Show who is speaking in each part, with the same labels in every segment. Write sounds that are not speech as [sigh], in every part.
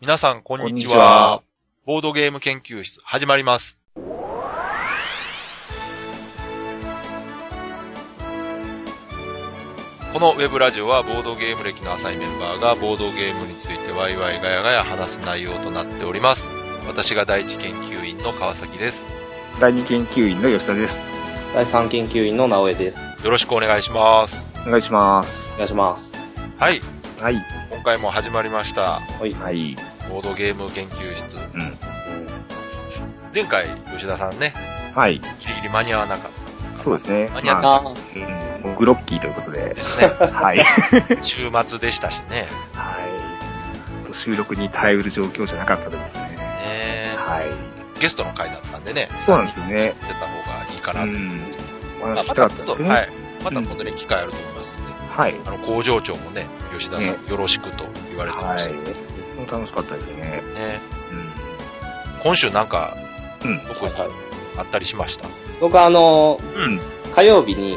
Speaker 1: 皆さん、こん
Speaker 2: こん
Speaker 1: に
Speaker 2: に
Speaker 1: ち
Speaker 2: ち
Speaker 1: は
Speaker 2: は。。
Speaker 1: ボードゲーム研究室、始まります。このウェブラジオは、ボードゲーム歴の浅いメンバーが、ボードゲームについてワイワイガヤガヤ話す内容となっております。私が第一研究員の川崎です。
Speaker 2: 第二研究員の吉田です。
Speaker 3: 第3研究員の直江です。
Speaker 1: よろしくお願いします。
Speaker 2: お願いします
Speaker 3: お。願いします。
Speaker 1: はい、
Speaker 2: はい。
Speaker 1: 今回も始まりました。
Speaker 3: はい。
Speaker 2: はい。
Speaker 1: ボードゲーム研究室。
Speaker 2: うん。
Speaker 1: 前回、吉田さんね、
Speaker 2: はい。
Speaker 1: ギリギリ間に合わなかったというか。
Speaker 2: そうですね。
Speaker 1: 間に合った
Speaker 2: まあ
Speaker 3: あ
Speaker 2: うんグロッキーということで
Speaker 1: で。すね。
Speaker 2: [laughs] はい。
Speaker 1: 週末でしたしね。
Speaker 2: はい。収録に耐えうる状況じゃなかったということでね。
Speaker 1: ね
Speaker 2: はい。
Speaker 1: ゲストの回だったんでね。
Speaker 2: そうなんですよね。
Speaker 1: 出た方がいいかな
Speaker 2: う
Speaker 1: と。
Speaker 2: ん。お
Speaker 1: まあ
Speaker 2: 話聞
Speaker 1: ま
Speaker 2: き
Speaker 1: た
Speaker 2: たかっ
Speaker 1: 今
Speaker 2: たんです
Speaker 1: 度、
Speaker 2: けど
Speaker 1: は
Speaker 2: ね。
Speaker 1: い。また今度ね、機会あると思いますんで。
Speaker 2: はい。
Speaker 1: あの、工場長もね、吉田さん、よろしくと言われてましたね。
Speaker 2: はい。楽しかったですよね。
Speaker 1: 今週なんか、
Speaker 2: うん
Speaker 1: 特にあったりしました。
Speaker 3: 僕あの、
Speaker 1: うん。
Speaker 3: 火曜日に、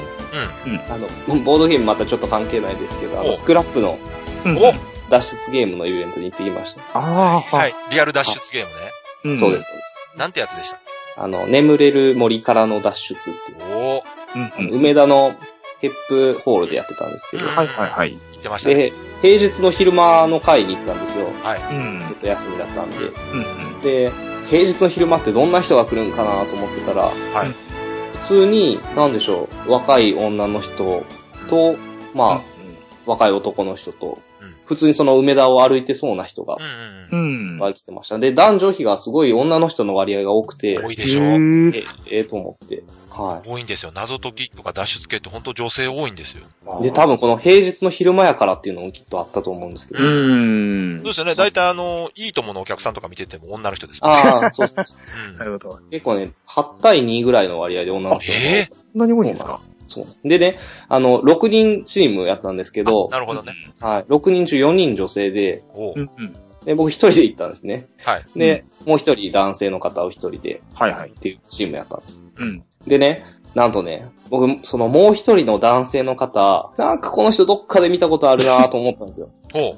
Speaker 2: うん
Speaker 3: あの、ボードゲームまたちょっと関係ないですけど、あ
Speaker 1: お
Speaker 3: の、スクラップの
Speaker 2: うん。
Speaker 1: お
Speaker 3: 脱出ゲームのイベントに行ってきました。
Speaker 2: ああ、
Speaker 1: はい。リアル脱出ゲームね。
Speaker 2: い
Speaker 3: そうです、そうで
Speaker 2: です。
Speaker 3: す。
Speaker 1: なんてやつでした
Speaker 3: あの、眠れる森からの脱出っていう、
Speaker 1: おお
Speaker 2: うん
Speaker 3: あの
Speaker 2: うん。
Speaker 3: 梅田のヘップホールでやってたんですけど
Speaker 1: うん、
Speaker 2: はいはいはい。
Speaker 1: 言ってましたね。
Speaker 3: で、平日の昼間の会に行ったんですよ。
Speaker 2: うん。
Speaker 3: ちょっと休みだったんで。
Speaker 2: うんうん。
Speaker 3: で、平日の昼間ってどんな人が来るんかなと思ってたら、
Speaker 1: い
Speaker 3: 普通に、なんでしょう、若い女の人と、まあ、若い男の人と
Speaker 1: うん、
Speaker 3: 普通にその梅田を歩いてそうな人が
Speaker 1: う、ん
Speaker 2: う
Speaker 1: うん
Speaker 2: ん。
Speaker 3: 来てました。で、男女比がすごい女の人の割合が多くて
Speaker 1: うん。多、いでしょ
Speaker 2: へー
Speaker 3: えええと思って。は
Speaker 1: 多いんですよ。謎解きとか脱出系って本当女性多いんですよ。
Speaker 3: い。で、多分この平日の昼間やからっていうのもきっとあったと思うんですけ
Speaker 2: う
Speaker 3: ど。
Speaker 2: ん
Speaker 1: そう。ですよね。大体あの、いいとものお客さんとか見てても女の人ですもんね。
Speaker 3: ああ、そうそうそう
Speaker 1: うん
Speaker 2: なるほど。
Speaker 3: 結構ね、8対2ぐらいの割合で女の人が
Speaker 1: ええ
Speaker 2: そんなに多いんですか
Speaker 3: そう。でね、あの、6人チームやったんですけど、
Speaker 1: なるほどね。。
Speaker 3: はい。6人中4人女性で、
Speaker 1: おう
Speaker 2: うんうん。
Speaker 3: で、僕一人で行ったんですね。
Speaker 1: はい。
Speaker 3: で、もう一人男性の方を一人で、
Speaker 2: はいはい。
Speaker 3: っていうチームやったんです。
Speaker 2: うん。
Speaker 3: でね、なんとね、僕、そのもう一人の男性の方、なんかこの人どっかで見たことあるなと思った
Speaker 1: [laughs]
Speaker 3: んですよ。
Speaker 1: おう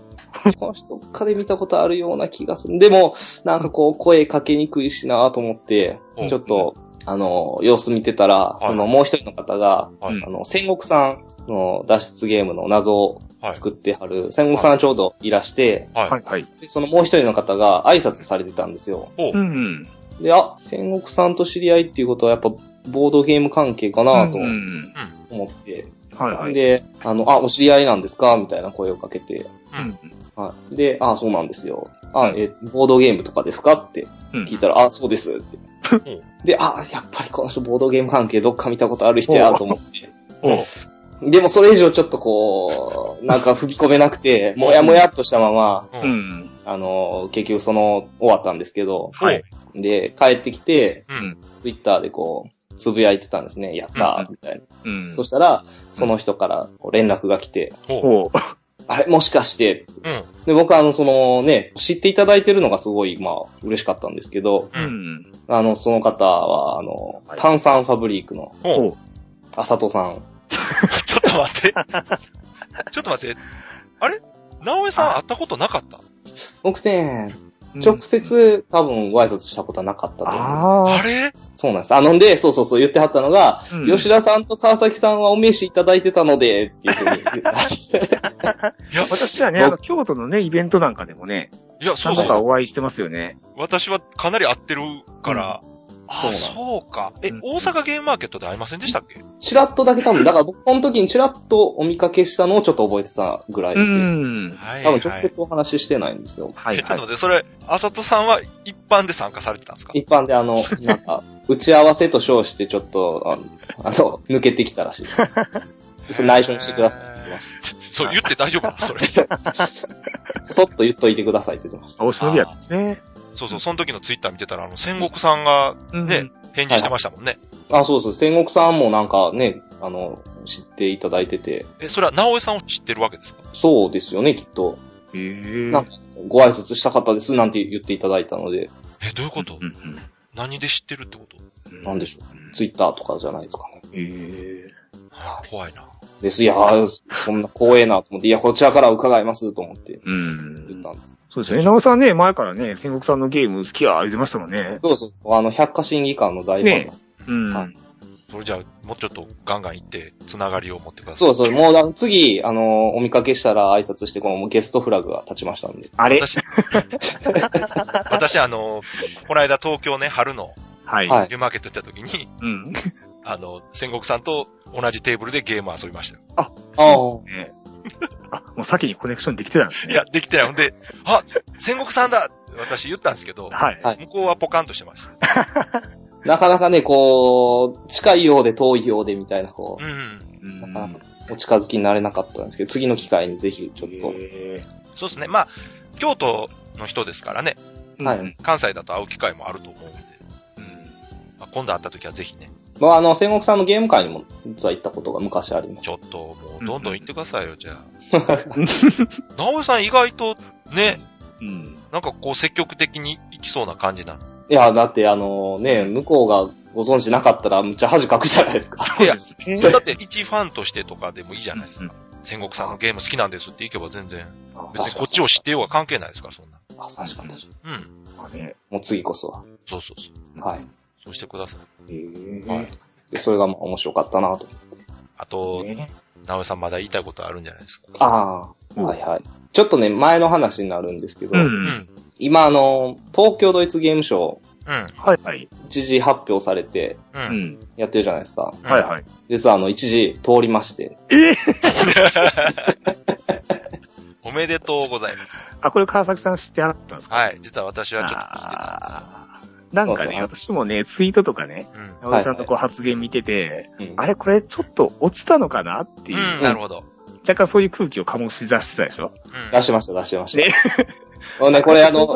Speaker 3: この人どっかで見たことあるような気がする。でも、なんかこう声かけにくいしなと思って
Speaker 1: うん、
Speaker 3: ちょっと、あの、様子見てたら、
Speaker 1: い
Speaker 3: そのもう一人の方が、
Speaker 1: はい
Speaker 3: あの、戦国さんの脱出ゲームの謎を
Speaker 1: はい
Speaker 3: 作ってはる、戦国さんがちょうどいらして、
Speaker 2: は
Speaker 1: はい
Speaker 2: はい。
Speaker 3: でそのもう一人の方が挨拶されてたんですよ。
Speaker 2: うん。
Speaker 3: で、あ、戦国さんと知り合いっていうことはやっぱボードゲーム関係かなと
Speaker 2: うん。
Speaker 3: 思って、
Speaker 2: はいはい。
Speaker 3: で、あの、あ、お知り合いなんですかみたいな声をかけて、
Speaker 2: うん、
Speaker 3: はい、で、あ、そうなんですよ。あ、え、ボードゲームとかですかって
Speaker 2: うん。
Speaker 3: 聞いたら、あ、そうですっ
Speaker 2: [laughs]
Speaker 3: て
Speaker 1: うん。
Speaker 3: で、あ、やっぱりこの人ボードゲーム関係どっか見たことある人やと思って。
Speaker 1: おう
Speaker 3: [laughs] でもそれ以上ちょっとこう、なんか踏み込めなくて、もやもやっとしたまま、
Speaker 1: う。
Speaker 2: うんん。
Speaker 3: あの、結局その、終わったんですけど、
Speaker 2: はい。
Speaker 3: で、帰ってきて、
Speaker 1: うん。
Speaker 3: ツイッターでこう、つぶやいてたんですね。やった
Speaker 2: う
Speaker 3: ーみたいな。
Speaker 2: うん。
Speaker 3: そしたら、その人からこう連絡が来て、
Speaker 1: おう
Speaker 2: ほう。
Speaker 3: あれ、もしかして、
Speaker 1: うん。
Speaker 3: で、僕はあの、そのね、知っていただいてるのがすごい、まあ、嬉しかったんですけど、
Speaker 2: うん。
Speaker 3: あの、その方は、あの
Speaker 2: は、い
Speaker 3: 炭酸ファブリークの、
Speaker 1: おう
Speaker 2: う。
Speaker 3: あさとさん。
Speaker 1: [laughs] ちょっと待って。 [laughs] ちょっと待って。あれ直江さん会ったことなかった
Speaker 3: 僕ね、直。接多分ご挨拶したことはなかったと思う。
Speaker 1: あ
Speaker 2: あ
Speaker 1: れ
Speaker 3: そうなんです。あのんで、そうそうそう言ってはったのが、
Speaker 2: あ。
Speaker 3: 吉田さんと川崎さんはお名刺いただいてたので、っていうふうに言ってました。
Speaker 1: いや、
Speaker 2: 私はね、あの、京都のね、イベントなんかでもね、
Speaker 1: いや、そう
Speaker 2: 何度
Speaker 1: そ
Speaker 2: か
Speaker 1: う。
Speaker 2: お会いしてますよね。
Speaker 1: 私はかなり会ってるから。あ、
Speaker 3: そう
Speaker 1: そうか。え
Speaker 2: うん、
Speaker 1: 大阪ゲームマーケットで会いませんでしたっけ
Speaker 3: チラッとだけ多分、だから僕この時にチラッとお見かけしたのをちょっと覚えてたぐらいで、
Speaker 2: うん。は
Speaker 1: はい
Speaker 3: 多分
Speaker 1: はい
Speaker 3: 直接お話ししてないんですよ。
Speaker 2: い
Speaker 1: えちょっと待
Speaker 2: は
Speaker 1: って、それ、あさとさんは一般で参加されてたんですか
Speaker 3: 一般であの、なんか、打ち合わせと称してちょっと、あの、あの抜けてきたらしいです。
Speaker 2: [laughs]
Speaker 3: でそれ内緒にしてくださいって言ってまし
Speaker 1: そう、言って大丈夫なのそ
Speaker 3: [laughs]
Speaker 1: れ。
Speaker 3: た。そっと言っといてくださいって言ってま
Speaker 2: い。
Speaker 3: し
Speaker 2: お忍びやったんですね。
Speaker 1: そうそう、その時のツイッター見てたら、あの、戦国さんが
Speaker 2: うん
Speaker 1: ね、返事してましたもんね。
Speaker 3: た。あ、そうそう。戦国さんもなんかね、あの、知っていただいてて、
Speaker 1: え、それは直江さんを知ってるわけですか
Speaker 3: そうですよね、きっと。
Speaker 2: ええ。
Speaker 3: なんか、ご挨拶したかったですなんて言っていただいたので、
Speaker 1: え、どういうこと
Speaker 2: うん
Speaker 1: 何で知ってるってこと
Speaker 2: うん。
Speaker 3: なんでしょ
Speaker 2: う。
Speaker 3: う。ツイッターとかじゃないですかね。
Speaker 2: ええ。
Speaker 1: 怖いな。
Speaker 3: です。いやー、そんな光栄なと思って、いや、こちらから伺いますと思って
Speaker 2: うん
Speaker 3: 言ったんです。
Speaker 2: そうですよね。なおさんね、前からね、戦国さんのゲーム好きや、言ってましたもんね。
Speaker 3: そうそうそう、あの、百科審議官の大ファンなんで
Speaker 2: うん。
Speaker 3: はい
Speaker 1: それじゃあ、もうちょっとガンガン行って、つながりを持ってください。
Speaker 3: そうそう、もうあの次、あの、お見かけしたら挨拶して、このゲストフラグが立ちましたんで。
Speaker 2: あれ
Speaker 3: [laughs]
Speaker 1: 私、私、あの、この間東京ね、春の
Speaker 2: はい。
Speaker 3: はい
Speaker 1: ニューマーケット行った時に、
Speaker 2: うん。
Speaker 1: あの、戦国さんと同じテーブルでゲーム遊びましたよ。
Speaker 3: ああ。
Speaker 2: ねあ、もう先にコネクションできてたんです
Speaker 1: い
Speaker 2: ね。
Speaker 1: や、できてない。ほんで、あ、戦国さんだって私言ったんですけど、
Speaker 2: はい。
Speaker 3: はい
Speaker 1: 向こうはポカンとしてました。
Speaker 3: なかなかね、こう、近いようで遠いようでみたいな、こ
Speaker 1: うんうん。
Speaker 2: うん
Speaker 3: なかなかう、お近づきになれなかったんですけど、次の機会にぜひちょっと。
Speaker 2: へ
Speaker 1: そうですね。まあ、京都の人ですからね、
Speaker 2: ー
Speaker 3: はい
Speaker 2: うん
Speaker 1: 関西だと会う機会もあると思うんで、
Speaker 2: うん
Speaker 1: まあ、今度会った時はぜひね、
Speaker 3: まあ、あの、戦国さんのゲーム会にも実は行ったことが昔あります。
Speaker 1: ちょっともうどんどん行ってくださいよ、じゃあ。直江さん意外とね、
Speaker 2: うん。
Speaker 1: なんかこう積極的に行きそうな感じなの。
Speaker 3: いや、だってあの、ね、向こうがご存知なかったら、むっちゃ恥かくじゃないですか。
Speaker 1: いや、
Speaker 2: そうです
Speaker 1: それ
Speaker 2: ね
Speaker 1: だって一ファンとしてとかでもいいじゃないですか。戦国さんのゲーム好きなんですって行けば全然、別にこっちを知ってようが関係ないですから、そんな。
Speaker 3: あ、確かに確かに。
Speaker 1: うん。
Speaker 2: まあね
Speaker 3: もう次こそは。
Speaker 1: そうそうそう。
Speaker 3: はい。
Speaker 1: そうしてください。
Speaker 2: へー
Speaker 1: はい
Speaker 3: で、それがまあ面白かったなと。
Speaker 1: あと、
Speaker 2: ね
Speaker 1: 直江さんまだ言いたいことあるんじゃないですか。
Speaker 3: ああ、はいはい。ちょっとね、前の話になるんですけど、
Speaker 2: うん
Speaker 1: うん。うん。
Speaker 3: 今あの、東京ドイツゲームショー、
Speaker 1: うん。
Speaker 2: はいはい。
Speaker 3: 一時発表されて
Speaker 1: う。
Speaker 2: うんん。
Speaker 3: やってるじゃないですか。
Speaker 2: はいはい。
Speaker 3: 実はあの、一時通りまして。
Speaker 1: おめでとうございます。
Speaker 2: あ、これ川崎さん知ってあったんですか
Speaker 1: はい。実は私はちょっと聞いてたんですよ。
Speaker 2: あーなんか
Speaker 3: そうそ
Speaker 2: ね、
Speaker 3: う
Speaker 2: 私もね、ツイートとかね、
Speaker 1: うん。
Speaker 2: 直江さんのこう発言見てて、
Speaker 3: うん
Speaker 2: あれこれちょっと落ちたのかなっていう、
Speaker 1: うん、なるほど。
Speaker 2: 若干そういう空気を醸し出してたでしょ
Speaker 1: うん。
Speaker 3: 出しました、出してました。
Speaker 2: ね
Speaker 3: [laughs] もうね、これあの、も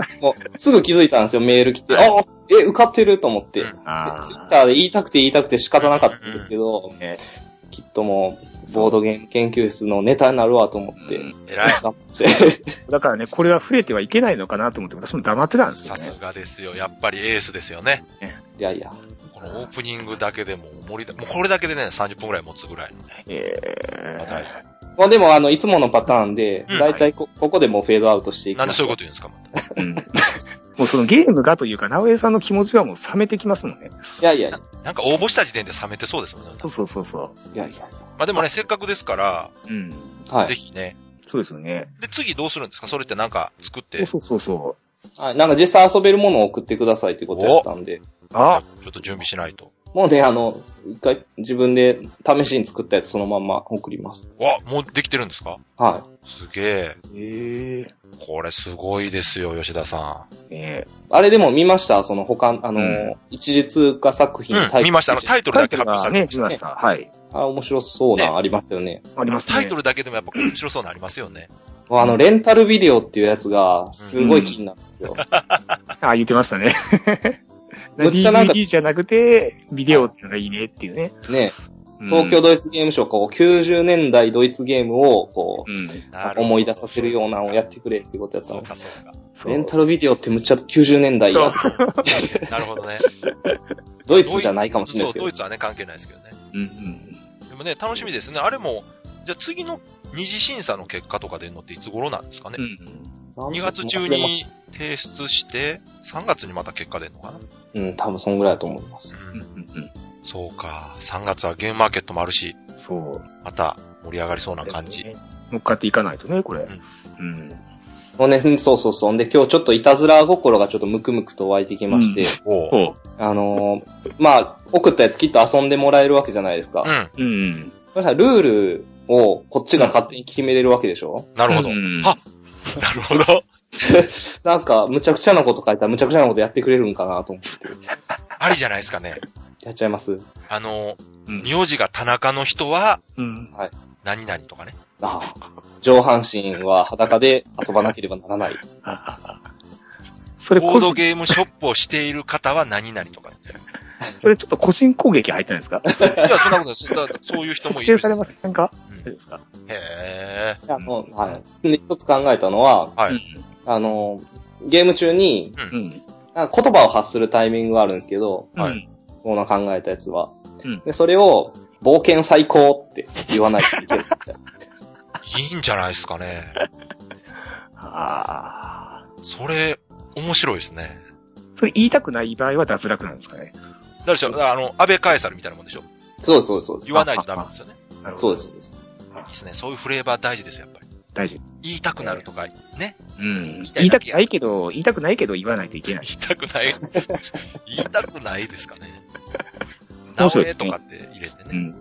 Speaker 3: うすぐ気づいたんですよ、メール来て。あえ、受かってると思って。
Speaker 1: うん
Speaker 3: で
Speaker 2: あ
Speaker 3: ツイッ
Speaker 2: ー
Speaker 3: ターで言いたくて言いたくて仕方なかったんですけど、
Speaker 2: ね
Speaker 3: きっともう、ボードゲーム研究室のネタになるわと思って。
Speaker 2: うん
Speaker 1: 偉い。
Speaker 3: 頑張って [laughs]
Speaker 2: だからね、これは触れてはいけないのかなと思って、私も黙ってたんですよ
Speaker 1: さ
Speaker 2: ね
Speaker 1: す。がですよ。やっぱりエースですよね。
Speaker 3: いやいや。
Speaker 1: このオープニングだけでも盛りだ、もうこれだけでね、30分くらい持つぐらいのね。
Speaker 2: え
Speaker 1: また
Speaker 2: ー、
Speaker 3: まあでも、あの、いつものパターンで
Speaker 1: うん、
Speaker 3: だいたいこここでもうフェードアウトしていき
Speaker 1: な
Speaker 3: ま
Speaker 1: んですそういうこと言うんですか、また。
Speaker 2: うん [laughs] もうそのゲームがというか、直江さんの気持ちはもう冷めてきますもんね。
Speaker 3: いやいやいや
Speaker 1: なんか応募した時点で冷めてそうですもんね。
Speaker 2: そうそうそうそ
Speaker 3: いやいや。
Speaker 1: まあでもね、せっかくですから、
Speaker 2: う。うん。
Speaker 3: はい
Speaker 1: ぜ。ひね。
Speaker 2: そうですよね。
Speaker 1: で、次どうするんですかそれってなんか作っ
Speaker 2: そう
Speaker 1: て。
Speaker 2: そうそうそ
Speaker 3: はい、なんか実際遊べるものを送ってくださいってことやったんで。
Speaker 2: う。あ、
Speaker 1: ちょっと準備しないと。
Speaker 3: もうね、あの、一回自分で試しに作ったやつそのまんま送ります。
Speaker 1: わ、もうできてるんですか
Speaker 3: は
Speaker 1: すげえ。
Speaker 2: え
Speaker 1: これすごいですよ、吉田さん。
Speaker 2: え。ね
Speaker 3: い。あれでも見ましたその他、あの、
Speaker 2: うん
Speaker 3: 一時通過作品
Speaker 1: うん、見ました。あの、タイトル
Speaker 2: タ
Speaker 1: だ
Speaker 2: イ
Speaker 1: け
Speaker 2: ト
Speaker 1: 発表さ
Speaker 2: ルが
Speaker 1: れて
Speaker 2: ね、
Speaker 1: まし
Speaker 2: 来
Speaker 1: た
Speaker 2: ま
Speaker 1: ね
Speaker 2: した。はい。
Speaker 3: あ、面白そう
Speaker 1: ね
Speaker 3: な、ありましたよね。
Speaker 2: ありますね。
Speaker 1: タイトルだけでもやっぱ面白そうなのありますよね。
Speaker 3: もうあの、レンタルビデオっていうやつが、すごい気になるんで
Speaker 1: [laughs]
Speaker 3: すよ。
Speaker 2: あ、言ってましたね。
Speaker 3: むっ
Speaker 2: [laughs]
Speaker 3: ちゃなんか
Speaker 2: DVD じゃなくて、ビデオっていうのがいいねっていうね。
Speaker 3: ね、東京
Speaker 2: ド
Speaker 3: ドイツゲームショー、こう、90年代ドイツゲームを、こう、
Speaker 2: うん。
Speaker 1: なるほど
Speaker 3: 思い出させるようなのをやってくれってことやった
Speaker 1: そ
Speaker 3: の
Speaker 1: う。か、そうか。
Speaker 2: そう
Speaker 3: レンタルビデオってむっちゃ90年代や。
Speaker 1: なるほどね。
Speaker 3: ドイツじゃないかもしれな
Speaker 1: そ、
Speaker 3: いうけ
Speaker 1: ド
Speaker 3: ど
Speaker 1: イ。ツはね、関係ないですけどね。
Speaker 2: うんうん。
Speaker 1: でもね、楽しみですね。あれも、じゃあ次の二次審査の結果とか出るのっていつ頃なんですかね
Speaker 2: う。ん。
Speaker 3: なん
Speaker 1: 2月中に提出して、3月にまた結果出るのかな、
Speaker 3: うん、多分そんぐらいだと思います。
Speaker 2: うんうん
Speaker 1: そうか。3月はゲームマーケットもあるし、
Speaker 2: うん。そう。
Speaker 1: また盛り上がりそうな感じ。。
Speaker 2: 乗っかっていかないとね、これ。
Speaker 1: う
Speaker 2: うん。
Speaker 3: もうね、そうそうそう。んで、今日ちょっといたずら心がちょっとムクムクと湧いてきまして、
Speaker 1: おう。
Speaker 2: そ
Speaker 3: あのーまあ、送ったやつきっと遊んでもらえるわけじゃないですか。
Speaker 1: う
Speaker 2: う。うん。
Speaker 3: それさルールをこっちが勝手に決めれるわけでしょ、
Speaker 1: ん。なるほど。
Speaker 2: う
Speaker 1: なんはるほど。
Speaker 3: なんか、むちゃくちゃなこと書いたらむちゃくちゃなことやってくれるんかなと思って。
Speaker 1: ありじゃないですかね。
Speaker 3: やっちゃいます
Speaker 1: あの、
Speaker 2: うん
Speaker 1: 名字が田中の人は、
Speaker 2: うん。
Speaker 1: 何々とかね。
Speaker 3: ああ上半身は裸で遊ばなければならない。
Speaker 2: それ
Speaker 1: ボー
Speaker 2: 個
Speaker 1: ド
Speaker 2: 人、
Speaker 1: ゲームショップをしている方は何々とかって。い
Speaker 2: それちょっと個人攻撃入ってないですか
Speaker 1: や、そんなことないですだから。そういう人もい
Speaker 2: 否定
Speaker 1: る。
Speaker 2: されませんか
Speaker 1: うん
Speaker 2: 大丈夫ですか
Speaker 1: へ
Speaker 3: あの、はい。で、一つ考えたのは、
Speaker 1: はい
Speaker 3: あの、ゲーム中に、
Speaker 2: うん。うん。
Speaker 3: なんか言葉を発するタイミングがあるんですけど、
Speaker 1: はい
Speaker 2: うん。
Speaker 3: オーナー考えたやつは。
Speaker 2: うん
Speaker 3: で、それを、冒険最高って言わないといけない。
Speaker 1: いいんじゃないですかね。
Speaker 2: ああ。
Speaker 1: それ、面白いですね。
Speaker 2: それ言いたくない場合は脱落なんですかね。
Speaker 1: 誰でしょうあの、安倍カエサルみたいなもんでしょ
Speaker 3: [laughs] そうです、そうです、そうです
Speaker 1: 言。わないとダメなんです
Speaker 2: [laughs]
Speaker 1: よね。
Speaker 2: なるほ
Speaker 3: そう
Speaker 2: ど
Speaker 3: です、そうです。
Speaker 1: いいですね。そういうフレーバー大事ですよ、やっぱり。
Speaker 2: 大事。
Speaker 1: 言いたくなるとか、ね。
Speaker 2: うん。
Speaker 1: 言
Speaker 2: 言
Speaker 1: い
Speaker 2: い
Speaker 1: た
Speaker 2: た
Speaker 1: く
Speaker 2: く
Speaker 1: な
Speaker 2: ないいけど、言いたくないけど言わないといけな
Speaker 1: 言
Speaker 2: い。
Speaker 1: いたく
Speaker 2: [laughs]
Speaker 1: ない。言いたくないですかね。
Speaker 2: 面
Speaker 1: 直
Speaker 2: 白い
Speaker 1: 江とかって入れて
Speaker 2: う
Speaker 1: ね。
Speaker 2: ん。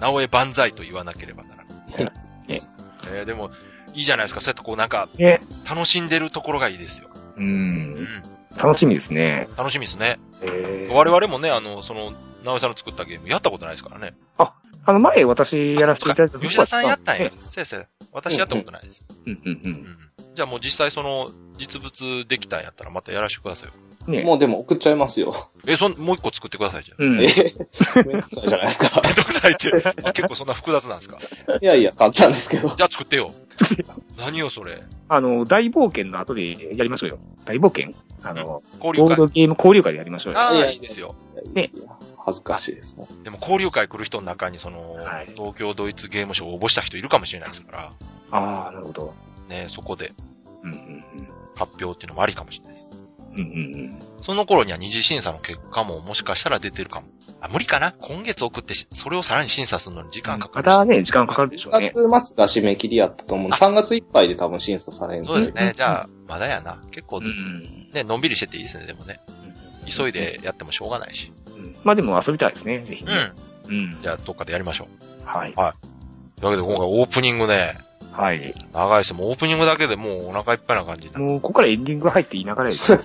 Speaker 1: 直江万歳と言わなければなら
Speaker 2: [laughs]
Speaker 1: ない。
Speaker 2: ね
Speaker 1: えーでも、いいじゃないですか。そうやってこうなんか、
Speaker 2: ね。
Speaker 1: 楽しんでるところがいいですよ。
Speaker 2: うん
Speaker 1: う。ん。
Speaker 2: 楽しみですね。
Speaker 1: 楽しみですね。
Speaker 2: え
Speaker 1: 我々もね、あの、その、直江さんの作ったゲーム、やったことないですからね。
Speaker 2: あの、前私やらせていただいた時
Speaker 1: 吉田さんやったんや
Speaker 2: え。
Speaker 1: 先生、私やったことないです。
Speaker 2: えうんうん
Speaker 1: うんじゃあもう実際その、実物できたんやったらまたやらせてくださいよ。
Speaker 2: うん。ね
Speaker 3: もうでも送っちゃいますよ。
Speaker 1: え、そん、もう一個作ってくださいじゃん。
Speaker 2: うん
Speaker 3: え。めんどくさいじゃないです
Speaker 1: [laughs]
Speaker 3: か。
Speaker 1: めんどくさいっ
Speaker 2: [laughs]
Speaker 1: て、結構そんな複雑なんですか。
Speaker 3: [laughs] いやいや、簡単ですけど。
Speaker 1: じゃあ作ってよ。何よそれ。
Speaker 2: あの、大冒険の後でやりましょうよ。大冒険あの、
Speaker 1: 交流
Speaker 2: ゴール
Speaker 1: 会。
Speaker 2: ドゲーム交流会でやりましょうよ。
Speaker 1: あ
Speaker 3: い
Speaker 1: あ、
Speaker 3: や
Speaker 1: いいですよ。
Speaker 2: ね
Speaker 3: いや恥ずかしいですね。
Speaker 1: でも交流会来る人の中にその、
Speaker 2: はい
Speaker 1: 東京ドイツゲームショーを応募した人いるかもしれないですから、
Speaker 2: ああ、なるほど。
Speaker 1: ね、そこで
Speaker 2: うんうん
Speaker 1: 発表っていうのもありかもしれないです。
Speaker 2: うん。うんうんうん。
Speaker 1: その頃には二次審査の結果ももしかしたら出てるかも。あ、無理かな今月送ってし、それをさらに審査するのに時間かか
Speaker 2: ま
Speaker 1: るし。
Speaker 2: たね、時間かかるでしょ
Speaker 3: 1
Speaker 2: うね。
Speaker 3: 月末が締め切りやったと思うんで、
Speaker 1: あ
Speaker 3: 3月いっぱいで多分審査されるんで。
Speaker 1: そうです
Speaker 2: うんう
Speaker 1: ね
Speaker 2: ん。
Speaker 1: じゃあ、まだやな。結構、
Speaker 2: う
Speaker 1: ね、
Speaker 2: ん。
Speaker 1: のんびりしてていいですね、でもね。急い。でやってもしょうがないし。
Speaker 2: まあでも遊びたいですね、ぜひ
Speaker 1: う
Speaker 2: ね。
Speaker 1: ん。
Speaker 2: うん
Speaker 1: じゃあ、どっかでやりましょ
Speaker 2: はい。
Speaker 1: う。というわけで、今回オープニングね、
Speaker 2: はい。
Speaker 1: 長いですよ。もうオープニングだけでもうお腹いっぱいな感じになって。
Speaker 2: もう、ここからエンディングが入っていながらですね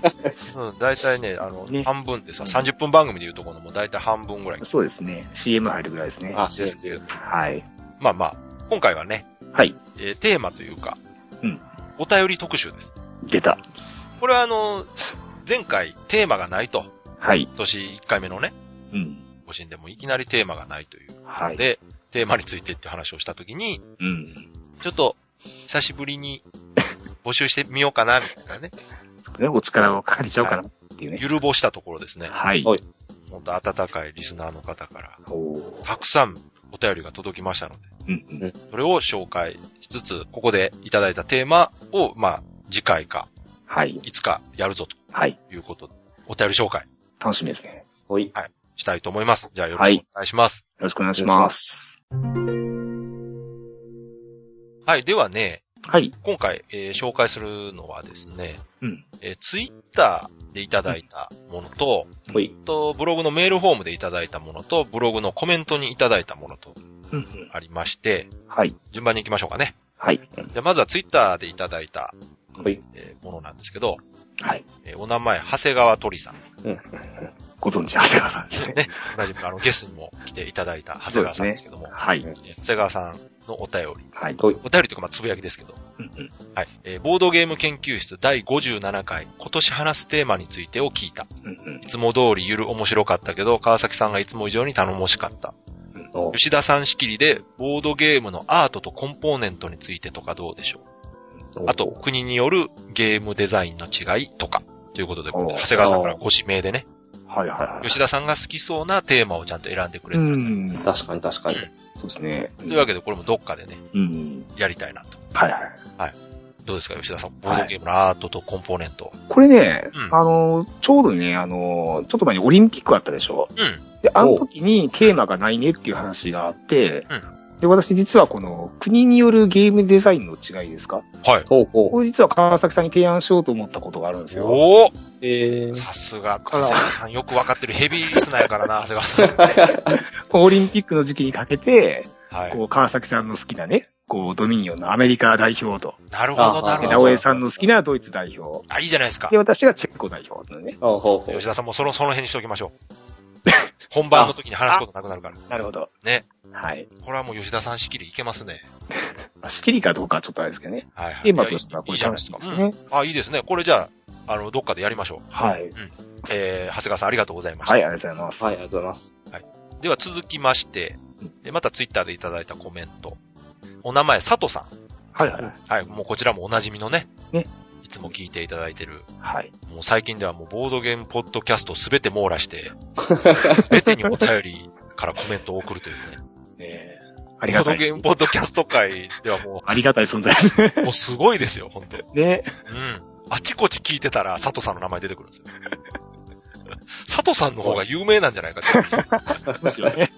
Speaker 1: うん、大体ね、あの、
Speaker 2: ね
Speaker 1: 半分でさ、30分番組で言うところのもう大体半分ぐらい
Speaker 2: そうですね。CM 入るぐらいですね。
Speaker 3: あ、
Speaker 1: ですけど、
Speaker 2: はい。
Speaker 1: まあまあ、今回はね、
Speaker 2: はい。
Speaker 1: えーテーマというか、
Speaker 2: うん
Speaker 1: お便り特集です。
Speaker 2: 出た。
Speaker 1: これはあの、前回テーマがないと、
Speaker 2: はい。
Speaker 1: 今年1回目のね、
Speaker 2: うん。
Speaker 1: 更新でもいきなりテーマがないという
Speaker 2: は
Speaker 1: の
Speaker 2: い。
Speaker 1: で、テーマについてっていう話をしたときに、
Speaker 2: うん。
Speaker 1: ちょっと、久しぶりに募集してみようかな、みたい
Speaker 2: [laughs]
Speaker 1: なね。
Speaker 2: ね、お力を借りちゃおうかなっていうね。
Speaker 1: ゆるぼしたところですね。
Speaker 2: はい
Speaker 3: は。い
Speaker 1: ほんと温かいリスナーの方から、
Speaker 2: おー
Speaker 1: たくさんお便りが届きましたので、
Speaker 2: うんうん
Speaker 1: それを紹介しつつ、ここでいただいたテーマを、まあ、次回か、
Speaker 2: はい。
Speaker 1: いつかやるぞと
Speaker 2: はい。
Speaker 1: いうことで、お便り紹介
Speaker 2: 楽しみですね。よ
Speaker 3: ほい。
Speaker 1: したいと思います。じゃあよろしくお願いします。
Speaker 2: ろしくお願いします。
Speaker 1: はい、ではね、
Speaker 2: はい。
Speaker 1: 今回、えー紹介するのはですね、
Speaker 2: うん。
Speaker 1: えツイッター Twitter でいただいたものと、
Speaker 3: ほい。
Speaker 1: と、ブログのメールフォームでいただいたものと、ブログのコメントにいただいたものと
Speaker 2: うんうん。
Speaker 1: ありまして、
Speaker 2: はい。
Speaker 1: 順番に行きましょうかね。
Speaker 2: はい。
Speaker 1: で、まずはツイッターでいただいた、
Speaker 3: ほい。
Speaker 1: えーものなんですけど、
Speaker 2: はい。
Speaker 1: えーお名前、長谷川鳥さん。
Speaker 3: うん。
Speaker 2: ご存知、長谷川さんですね。
Speaker 1: ね、同じく [laughs] あのゲストにも来ていただいた長谷川さんですけども、
Speaker 2: はい。
Speaker 1: えー長谷川さんのお便り、
Speaker 2: はい。
Speaker 3: ほい。
Speaker 1: お便りというかまあつぶやきですけど、
Speaker 2: うんうん
Speaker 1: はい、えーボードゲーム研究室第57回、今年話すテーマについてを聞いた。
Speaker 2: うんうん
Speaker 1: いつも通りゆる面白かったけど、川崎さんがいつも以上に頼もしかった。
Speaker 3: お
Speaker 1: 吉田さん仕切りで、ボードゲームのアートとコンポーネントについてとかどうでしょうあと、、国によるゲームデザインの違いとか、ということで、これ
Speaker 2: お
Speaker 1: 長谷川さんからご指名でね、
Speaker 2: はいはいはい。
Speaker 1: 吉田さんが好きそうなテーマをちゃんと選んでくれ
Speaker 2: う
Speaker 1: てる。
Speaker 2: ん。そう
Speaker 3: 確かに確かに。
Speaker 2: ですね。
Speaker 1: というわけで、これもどっかでね、
Speaker 2: うん。
Speaker 1: やりたいなと。
Speaker 2: はいはい。
Speaker 1: どうですか、吉田さん。ボードゲームのアートとコンポーネント。
Speaker 2: これね、
Speaker 1: うん
Speaker 2: あの、ちょうどね、あの、ちょっと前にオリンピックあったでしょ
Speaker 1: うん。
Speaker 2: で、あの時にテーマがないねっていう話があって、
Speaker 1: う
Speaker 2: で、私実はこの国によるゲームデザインの違いですか
Speaker 1: はい。
Speaker 3: ほうほ
Speaker 2: これ実は川崎さんに提案しようと思ったことがあるんですよ。
Speaker 1: おお
Speaker 3: う。えー。
Speaker 1: さすが、長谷川さんよくわかってるヘビーリスナーやからな、長谷川さ
Speaker 2: [laughs] オリンピックの時期にかけて、
Speaker 1: ん。はい。
Speaker 2: こう、川崎さんの好きなね、こう、ドミニオンのアメリカ代表と、
Speaker 1: なるほど、な
Speaker 3: あ
Speaker 1: る
Speaker 2: で
Speaker 1: ほど。
Speaker 2: 直江さんの好きなドイツ代表、
Speaker 1: あ、いいじゃないですか
Speaker 2: で、。私がチェコ代表のね。
Speaker 3: ほうほうほう
Speaker 1: 吉。田さんもその、その辺にしておきましょ
Speaker 2: [laughs]
Speaker 1: う。本番の時に話すことなくなるから。
Speaker 2: なるほど。
Speaker 1: ね。
Speaker 2: はい。
Speaker 1: これはもう吉田さん仕切りいけますね。
Speaker 2: まあ仕切りかどうかはちょっとあれですけどね。
Speaker 1: はいはい。
Speaker 2: テーマとしてはこ
Speaker 1: い
Speaker 2: れ
Speaker 1: いじゃない
Speaker 2: 楽
Speaker 1: です
Speaker 2: し
Speaker 1: か
Speaker 2: み。ですね。
Speaker 1: あ、いいですね。これじゃあ、あの、どっかでやりましょう。
Speaker 2: はい。
Speaker 1: えー、長谷川さんありがとうございました。
Speaker 2: はい、ありがとうございます。
Speaker 3: はい、ありがとうございます。
Speaker 1: では続きまして
Speaker 2: う、
Speaker 1: でまたツイッターでいただいたコメント。お名前、佐藤さん。
Speaker 2: はい、はい。
Speaker 1: はい、もうこちらもおなじみのね。
Speaker 2: ね
Speaker 1: いつも聞いていただいてる。
Speaker 2: はい。
Speaker 1: もう最近ではもうボードゲームポッドキャストすべて網羅して、すべてにお便りからコメントを送るというね。
Speaker 2: えーありが
Speaker 1: こ
Speaker 2: た
Speaker 1: の
Speaker 2: い。
Speaker 1: ゲームポッドキャスト界ではも
Speaker 2: ありがたい存在です
Speaker 1: う、もうすごいです
Speaker 2: [laughs]
Speaker 1: よ、本当
Speaker 2: ね。
Speaker 1: うん。あちこち聞いてたら、佐藤さんの名前出てくるんですよ。 [laughs] 佐藤さんの方が有名なんじゃないか
Speaker 2: [laughs]
Speaker 1: って。
Speaker 2: むしろね。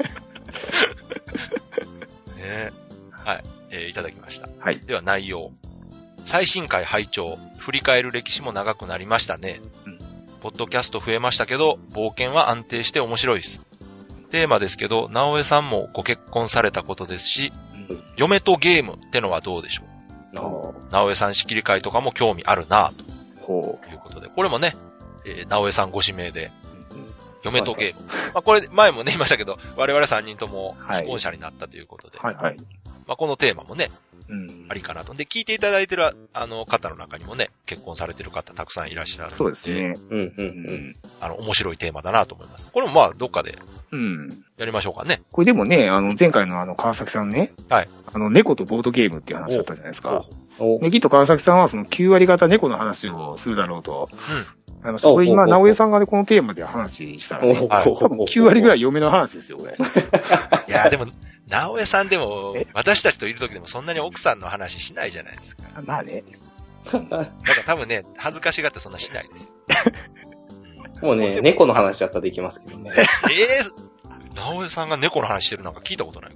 Speaker 1: ねはい。えーいただきました。
Speaker 2: はい
Speaker 1: では内容。最新回拝聴。振り返る歴史も長くなりましたね。
Speaker 2: うん
Speaker 1: ポッドキャスト増えましたけど、冒険は安定して面白いです。テーマですけど、直江さんもご結婚されたことですし、
Speaker 2: うん
Speaker 1: 嫁とゲームってのはどうでしょう
Speaker 3: の
Speaker 1: 直江さん仕切り会とかも興味あるな
Speaker 2: ほ
Speaker 1: ということで。これもね、えー直江さんご指名で
Speaker 2: う。
Speaker 1: 嫁とゲーム。まあこれ、前もね、言いましたけど、我々3人とも
Speaker 2: はい
Speaker 1: 既婚者になったということで、
Speaker 2: はいはい。
Speaker 1: まあこのテーマもね、
Speaker 2: うん
Speaker 1: ありかなと。で、聞いていただいてる、あの、方の中にもね、結婚されてる方たくさんいらっしゃる。
Speaker 2: そうです。ね。
Speaker 3: うんう
Speaker 2: うんん。
Speaker 1: あの、面白いテーマだなと思います。これもまあ、どっかで
Speaker 2: うん。
Speaker 1: やりましょうか
Speaker 2: [laughs]
Speaker 1: ね。
Speaker 2: これでもね、あの、前回のあの、川崎さんね。
Speaker 1: はい。
Speaker 2: あの、猫とボードゲームっていう話だったじゃないですか。
Speaker 3: うん。
Speaker 2: ね、きっと川崎さんはその9割方猫の話をするだろうと。あの、これ
Speaker 3: おうおうお
Speaker 2: 今、
Speaker 3: う
Speaker 2: 直江さんがね、このテーマで話したらね、
Speaker 1: はい
Speaker 2: 多分9割ぐら
Speaker 3: い。
Speaker 2: い嫁の話ですよ、これ。
Speaker 1: いやー、でも、直江さんでも
Speaker 2: え、
Speaker 1: 私たちといる時でもそんなに奥さんの話しないじゃないですか。
Speaker 2: まあね。
Speaker 1: だから多分ね、恥ずかしがってそんなしない
Speaker 2: [laughs]
Speaker 1: ですよ。うん
Speaker 3: [laughs] もうね、猫の話だったらできますけど
Speaker 2: [laughs]
Speaker 3: ね。
Speaker 1: えー、直江さんが猫の話してるなんか聞いたこと
Speaker 2: [laughs]
Speaker 1: ない。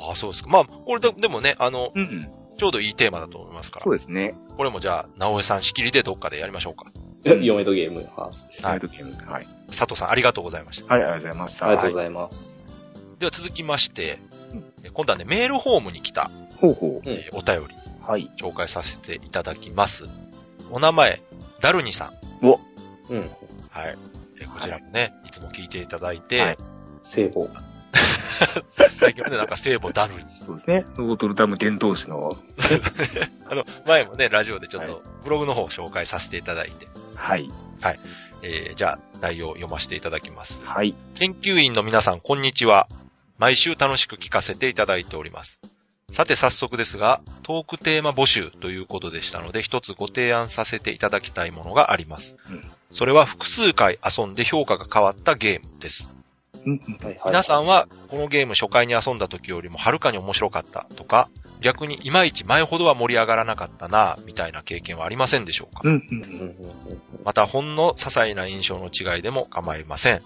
Speaker 1: ああ、そうですか。まあ、これででもね、あの、
Speaker 2: うん。
Speaker 1: ちょうどいいテーマだと思いますから
Speaker 2: そう。ですね。
Speaker 1: これもじゃあ、直江さん仕切りでどっかでやりましょうか。
Speaker 3: 嫁とゲーム。はい
Speaker 1: は
Speaker 2: はいい。はい。
Speaker 1: 佐藤さんありがとうございました。
Speaker 2: ありがとうございました。
Speaker 3: ありがとうございます。
Speaker 1: では続きまして
Speaker 2: うん、
Speaker 1: え今度はね、メールフォームに来た、
Speaker 2: ほうほ
Speaker 3: うん
Speaker 1: えーお便り、
Speaker 2: う。はい。
Speaker 1: 紹介させていただきます。お名前、ダルニさん。
Speaker 2: お、
Speaker 3: うん。
Speaker 1: はい。えーこちらもね、い、つも聞いていただいて、
Speaker 2: はい
Speaker 3: 聖母。
Speaker 1: 最近もね、なんか聖母ダルニ。
Speaker 2: そうですね。ノートルダム伝統師の、
Speaker 1: あの、前もね、ラジオでちょっと、ブログの方を紹介させていただいて、
Speaker 2: はい。
Speaker 1: えーじゃあ、内容を読ませていただきます。
Speaker 2: はい。
Speaker 1: 研究員の皆さん、こんにちは。毎週楽しく聞かせていただいております。さて早速ですが、トークテーマ募集ということでしたので、一つご提案させていただきたいものがあります。
Speaker 2: うん
Speaker 1: それは複数回遊んで評価が変わったゲームです。
Speaker 2: うん
Speaker 3: はいはい。
Speaker 1: 皆さんは、このゲーム初回に遊んだ時よりもはるかに面白かったとか、逆にいまいち前ほどは盛り上がらなかったな、みたいな経験はありませんでしょうか
Speaker 2: うん。う
Speaker 3: うんうん
Speaker 2: ん
Speaker 3: うん
Speaker 1: またほんの些細な印象の違いでも構いません。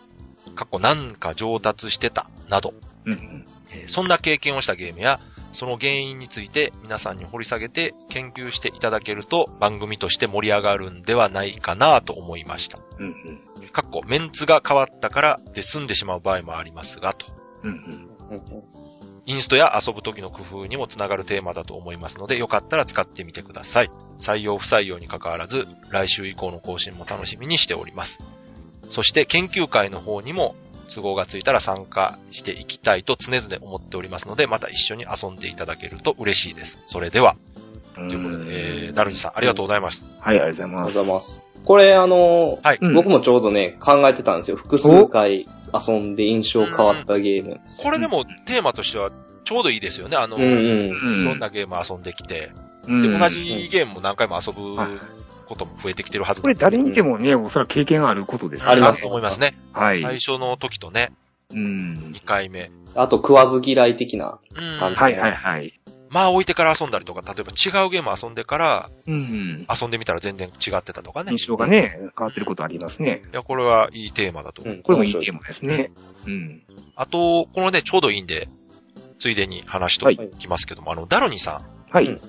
Speaker 1: 過去なんか上達してた、など、
Speaker 2: うん。うん
Speaker 1: えーそんな経験をしたゲームや、その原因について皆さんに掘り下げて研究していただけると番組として盛り上がるんではないかなと思いました。
Speaker 2: うん。うん
Speaker 1: かっこメンツが変わったからで済んでしまう場合もありますが、と。
Speaker 2: うん。うん
Speaker 3: うんうん
Speaker 1: インストや遊ぶ時の工夫にもつながるテーマだと思いますので、よかったら使ってみてください。採用不採用に関わらず、来週以降の更新も楽しみにしております。そして研究会の方にも都合がついたら参加していきたいと常々思っておりますので、また一緒に遊んでいただけると嬉しいです。それでは、ということで、えー、ダルニさんありがとうございました。
Speaker 2: はい、ありがとう
Speaker 3: あり
Speaker 2: ご
Speaker 3: が
Speaker 2: ざ
Speaker 3: と
Speaker 2: い
Speaker 3: うござい
Speaker 2: ま
Speaker 3: ます。これ、あの、
Speaker 1: はい。
Speaker 2: うん
Speaker 3: 僕もちょうどね、考えてたんですよ。複数回遊んで印象変わったゲーム。
Speaker 1: これでもテーマとしてはちょうどいいですよね。あの、
Speaker 3: うん
Speaker 1: い
Speaker 2: す。
Speaker 3: う
Speaker 1: ろんなゲーム遊んできて、
Speaker 2: うん
Speaker 1: で、
Speaker 2: うん
Speaker 1: 同じゲームも何回も遊ぶ
Speaker 2: はい
Speaker 1: ことも増えてきてるはず
Speaker 2: これ誰にでもね、おそらく経験があることです
Speaker 3: あり
Speaker 1: だ
Speaker 3: ま
Speaker 1: と
Speaker 3: す
Speaker 1: 思いますね。
Speaker 2: はい。
Speaker 1: 最初の時とね、
Speaker 2: うん。
Speaker 1: 2回目。
Speaker 3: ん。あと、食わず嫌い的な。
Speaker 1: うん。
Speaker 3: はい
Speaker 2: はいはいはい。
Speaker 1: まあ置いてから遊んだりとか、例えば違うゲーム遊んでから
Speaker 2: うん。
Speaker 1: 遊んでみたら全然違ってたとかね。い
Speaker 2: 印象がね、変わってることありますね。
Speaker 1: や、これはいいテーマだと。
Speaker 3: うん
Speaker 2: これもいいテーマですね。うん。
Speaker 1: あと、このね、ちょうどいいんで、ついでに話しときますけども、あの、ダルニさん。
Speaker 2: は
Speaker 3: う
Speaker 2: い
Speaker 3: ん。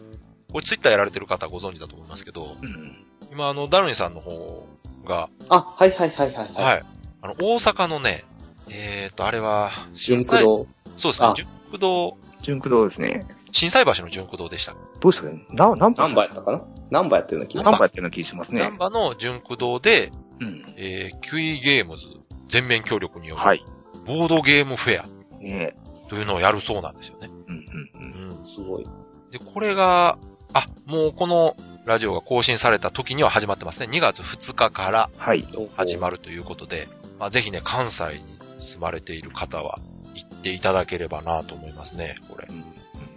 Speaker 1: これツイッターやられてる方ご存知だと思いますけど、
Speaker 2: うん。
Speaker 1: 今あの、ダルニさんの方が、
Speaker 3: あ、はいはいはいはい。。
Speaker 1: はいい。あの、大阪のね、えーと、あれは、
Speaker 3: 純駆動。
Speaker 1: そうですね
Speaker 3: あ、
Speaker 1: 純駆堂、
Speaker 2: 純駆動ですね。
Speaker 1: 震災橋の純駆堂でした。
Speaker 2: どうしたねな、何
Speaker 3: 何
Speaker 2: 番
Speaker 3: 番やったかな何番やってるの気
Speaker 2: 何
Speaker 3: が
Speaker 1: ナンバ
Speaker 2: 番
Speaker 1: ー
Speaker 2: やってるような気がします
Speaker 1: 難
Speaker 2: ね。
Speaker 1: 波の純駆堂で、
Speaker 2: うん。
Speaker 1: えー、キュイゲームズ全面協力による
Speaker 2: はい。
Speaker 1: ボードゲームフェア
Speaker 2: ね
Speaker 1: というのをやるそうなんですよね。
Speaker 2: うんうんう。
Speaker 1: うんん。
Speaker 3: すごい。
Speaker 1: で、これが、あ、もうこのラジオが更新された時には始まってますね。2月2日から
Speaker 2: はい。
Speaker 1: 始ま
Speaker 3: る。
Speaker 1: るということで、まあ、ぜひね、関西に住まれている方は行っていただければなと思いますね、これ
Speaker 2: う。ん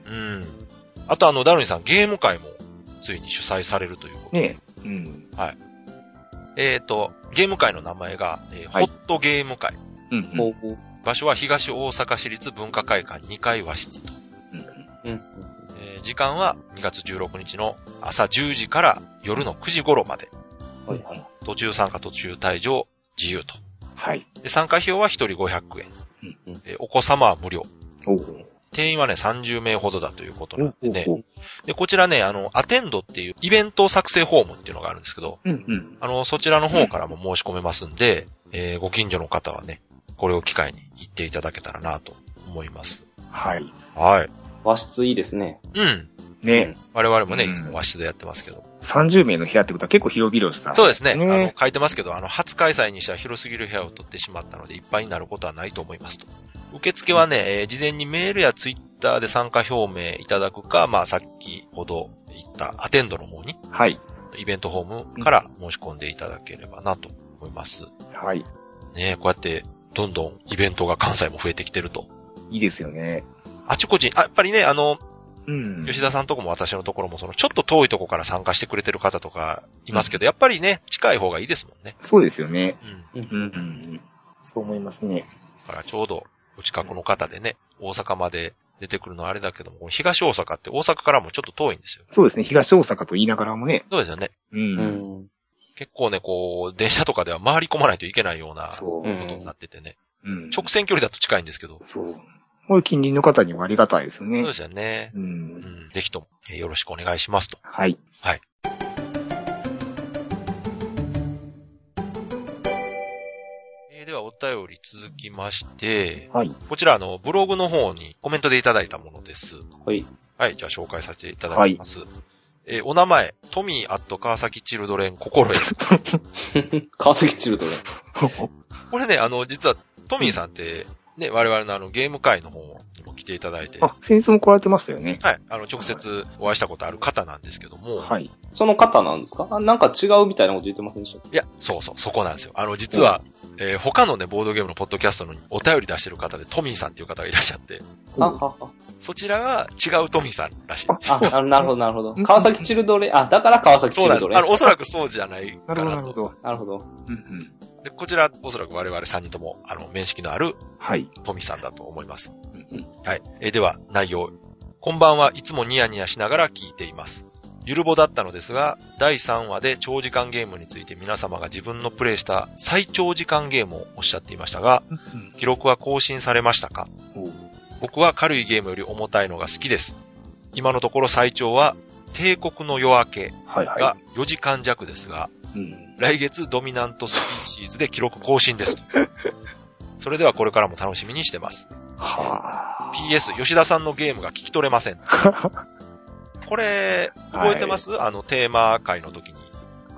Speaker 1: うん。あとあの、ダルニさん、ゲーム会もついに主催されるということで。
Speaker 2: ねうん。
Speaker 1: えっ、と、ゲーム会の名前が、えー
Speaker 2: はい
Speaker 1: ホットゲーム会。
Speaker 2: うんうん。
Speaker 3: ほうほう。
Speaker 1: 場所は東大阪市立文化会館2階和室と。
Speaker 2: うん
Speaker 3: うんうん。
Speaker 1: えー時間は2月16日の朝10時から夜の9時頃まで。
Speaker 3: はいはい。
Speaker 1: 途中参加途中退場自由と。
Speaker 2: はい。
Speaker 1: で、参加費用は1人500円。
Speaker 3: うんうん
Speaker 1: えーお子様は無料。
Speaker 2: おう
Speaker 1: 定員はね、30名ほどだということなんでね
Speaker 2: おうおう。
Speaker 1: で、こちらね、あの、アテンドっていうイベント作成フォームっていうのがあるんですけど、
Speaker 2: うんうん。
Speaker 1: あの、そちらの方からも申し込めますんで、えーご近所の方はね、これを機会に行っていただけたらなと思います。
Speaker 2: はい。
Speaker 1: はい。
Speaker 3: 和室いいですね。
Speaker 1: うん。
Speaker 2: ね、
Speaker 1: 我々もね、
Speaker 2: うん
Speaker 1: いつも和室でやってますけど。
Speaker 2: 30名の部屋ってことは結構広々した。
Speaker 1: そうですね。あの
Speaker 2: ね、
Speaker 1: 書いてますけど、あの、初開催にしては広すぎる部屋を取ってしまったので、いっぱいになることはないと思いますと。受付はね、えー事前にメールやツイッターで参加表明いただくか、まあ、さっきほど言ったアテンドの方に、
Speaker 2: はい。
Speaker 1: イベントホームから申し込んでいただければなと思います。
Speaker 2: はい。
Speaker 1: ねこうやって、どんどんイベントが関西も増えてきてると。
Speaker 2: いいですよね。
Speaker 1: あちこち、あ、やっぱりね、あの、
Speaker 2: うん。
Speaker 1: 吉田さんとこも私のところも、その、ちょっと遠いとこから参加してくれてる方とかいますけど、やっぱりね、近い方がいいですもんね。
Speaker 2: そうですよね。
Speaker 1: うん。
Speaker 2: うんうんうん。そう思いますね。
Speaker 1: だからちょうど、お近くの方でね、大阪まで出てくるのはあれだけども、この東大阪って大阪からもちょっと遠いんですよ。
Speaker 2: そうですね。東大阪と言いながらもね。
Speaker 1: そうですよね。
Speaker 2: う。
Speaker 3: うんん。
Speaker 1: 結構ね、こう、電車とかでは回り込まないといけないようなこ
Speaker 2: そう。
Speaker 3: うん
Speaker 1: とになっててね。
Speaker 2: うん。
Speaker 1: 直線距離だと近いんですけど。
Speaker 2: そう。こういう近隣の方にもありがたいです
Speaker 1: そ
Speaker 2: よ
Speaker 1: う
Speaker 2: ね
Speaker 1: で。すよね。
Speaker 2: う。
Speaker 1: うんん。ぜひとも、えーよろしくお願いしますと。
Speaker 2: はい。 [laughs]
Speaker 1: えーでは、お便り続きまして、
Speaker 2: はい。
Speaker 1: こちら、あの、ブログの方にコメントでいただいたものです。
Speaker 3: はい。
Speaker 1: はい、じゃあ紹介させていただきます。えーお名前、トミーアット川崎チルドレン心得。
Speaker 3: 川崎チルドレン。
Speaker 1: これね、あの、実は、トミーさんって、ね、我々のあの、ゲーム会の方にも来ていただいて、は
Speaker 2: あ、先日も来られてましたよ
Speaker 1: い、
Speaker 2: ね。
Speaker 1: あの、直接お会いしたことある方なんですけども、
Speaker 2: はい。
Speaker 3: その方なんですかあ、なんか違うみたいなこと言ってませんでしたっ
Speaker 1: い
Speaker 3: け
Speaker 1: や、そうそう、そこなんですよ。あの、実は、えー他のね、ボードゲームのポッドキャストのお便り出してる方で、トミーさんっていう方がいらっしゃって、
Speaker 3: あ、はは。
Speaker 1: そちらが違うトミーさんらしい。
Speaker 2: あそう
Speaker 3: あ、な [laughs] るほど、なるほど
Speaker 2: うん。
Speaker 3: 川崎チルドレン、あ、だから川崎
Speaker 1: そう
Speaker 3: チ
Speaker 1: なん
Speaker 3: ル
Speaker 1: で
Speaker 3: ド
Speaker 1: す。
Speaker 3: レン
Speaker 1: あの、。おそらくそうじゃないか
Speaker 2: なるほど、な
Speaker 1: な
Speaker 2: るほ
Speaker 1: と。
Speaker 2: ど。
Speaker 3: なるほど。
Speaker 2: うんうん。
Speaker 1: で、こちら、おそらく我々3人とも、あの、面識のある
Speaker 2: はい。
Speaker 1: トミーさんだと思います。
Speaker 2: うんうん
Speaker 1: はい。えーでは、内容。こんばんはいつもニヤニヤしながら聞いています。ゆるぼだったのですが、第3話で長時間ゲームについて皆様が自分のプレイした最長時間ゲームをおっしゃっていましたが、
Speaker 2: うん
Speaker 1: 記録は更新されましたか
Speaker 2: うん。おう
Speaker 1: 僕は軽いゲームより重たいのが好きです。今のところ最長は、帝国の夜明け
Speaker 2: はいはい。
Speaker 1: が4時間弱ですが、
Speaker 2: うん。
Speaker 1: 来月ドミナントスピーシーズで記録更新
Speaker 2: [laughs]
Speaker 1: ですと。それではこれからも楽しみにしてます。
Speaker 2: は
Speaker 1: PS、吉田さんのゲームが聞き取れま
Speaker 2: [laughs]
Speaker 1: せん。
Speaker 2: あ。
Speaker 1: これ、覚えてます、あの、テーマ会の時に。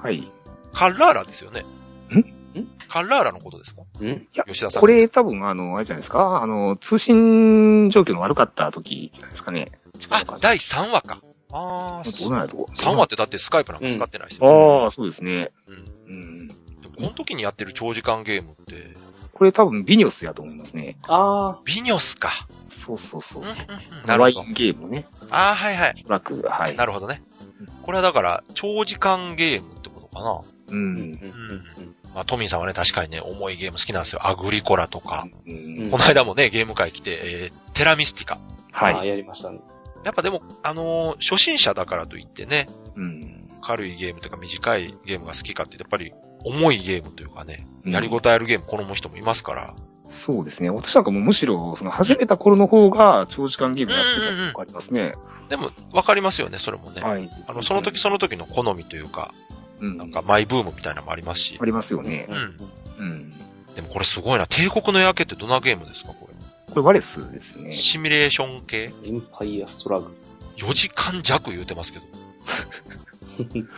Speaker 2: はい。い
Speaker 1: カッラーラですよね。
Speaker 2: ん
Speaker 3: ん
Speaker 1: カッラーラのことですか
Speaker 3: ん
Speaker 2: や、
Speaker 1: 吉田さん。
Speaker 2: これ多分あの、あれじゃないですか。あの、通信状況の悪かった時じゃないですかね。
Speaker 1: あ、第3話か。あー、
Speaker 2: どうなんやろ
Speaker 1: 3話ってだってスカイプなんか使ってないですよ。
Speaker 2: ああ、そうですね。
Speaker 1: うん。
Speaker 2: うん。
Speaker 1: でもこの時にやってる長時間ゲームって、
Speaker 2: これ多分ビニョスやと思いますね。
Speaker 3: あ
Speaker 1: ビニョスか。、
Speaker 2: そうそうそううん
Speaker 1: う
Speaker 2: そう。
Speaker 1: ん、うん。なるほ
Speaker 2: ワ
Speaker 1: ど
Speaker 2: イ。ンゲームね。
Speaker 1: あー、はいはい
Speaker 2: お。そらく、はい。
Speaker 1: なるほどね
Speaker 2: うん。
Speaker 1: これはだから、長時間ゲームってことかな。
Speaker 2: う。
Speaker 3: あ。うんうん
Speaker 1: まあ、トミーさんはね、確かにね、重いゲーム好きなんですよ。アグリコラとか。
Speaker 2: うん
Speaker 1: この間もね、ゲーム会来て、えー、テラミスティカ。
Speaker 3: は。
Speaker 2: はい
Speaker 3: あ
Speaker 2: い。
Speaker 3: やりましたね。
Speaker 1: やっぱでも、あのー初心者だからといってね、
Speaker 2: うん。
Speaker 1: 軽いゲームとか短いゲームが好きかって、やっぱり重いゲームというかね、
Speaker 2: うん
Speaker 1: やりごたえあるゲーム好む人もいますから。
Speaker 2: そうですね。私なんかもうむしろ、その始めた頃の方が長時間ゲームやってたとかありますね。
Speaker 1: でも、わかりますよね、それもね。
Speaker 2: はい。
Speaker 1: あの、その時その時の好みというか、
Speaker 2: うん、
Speaker 1: なんかマイブームみたいなのもありますし
Speaker 2: あ。りますよね。
Speaker 1: ん
Speaker 2: うん。
Speaker 1: でもこれすごいな。帝国の夜明けってどんなゲームですか、これ。
Speaker 2: これワレスですよね。
Speaker 1: シミュレーション系
Speaker 3: インパイアストラグ。
Speaker 1: ?4 時間弱言うてます
Speaker 2: [laughs]
Speaker 1: けど。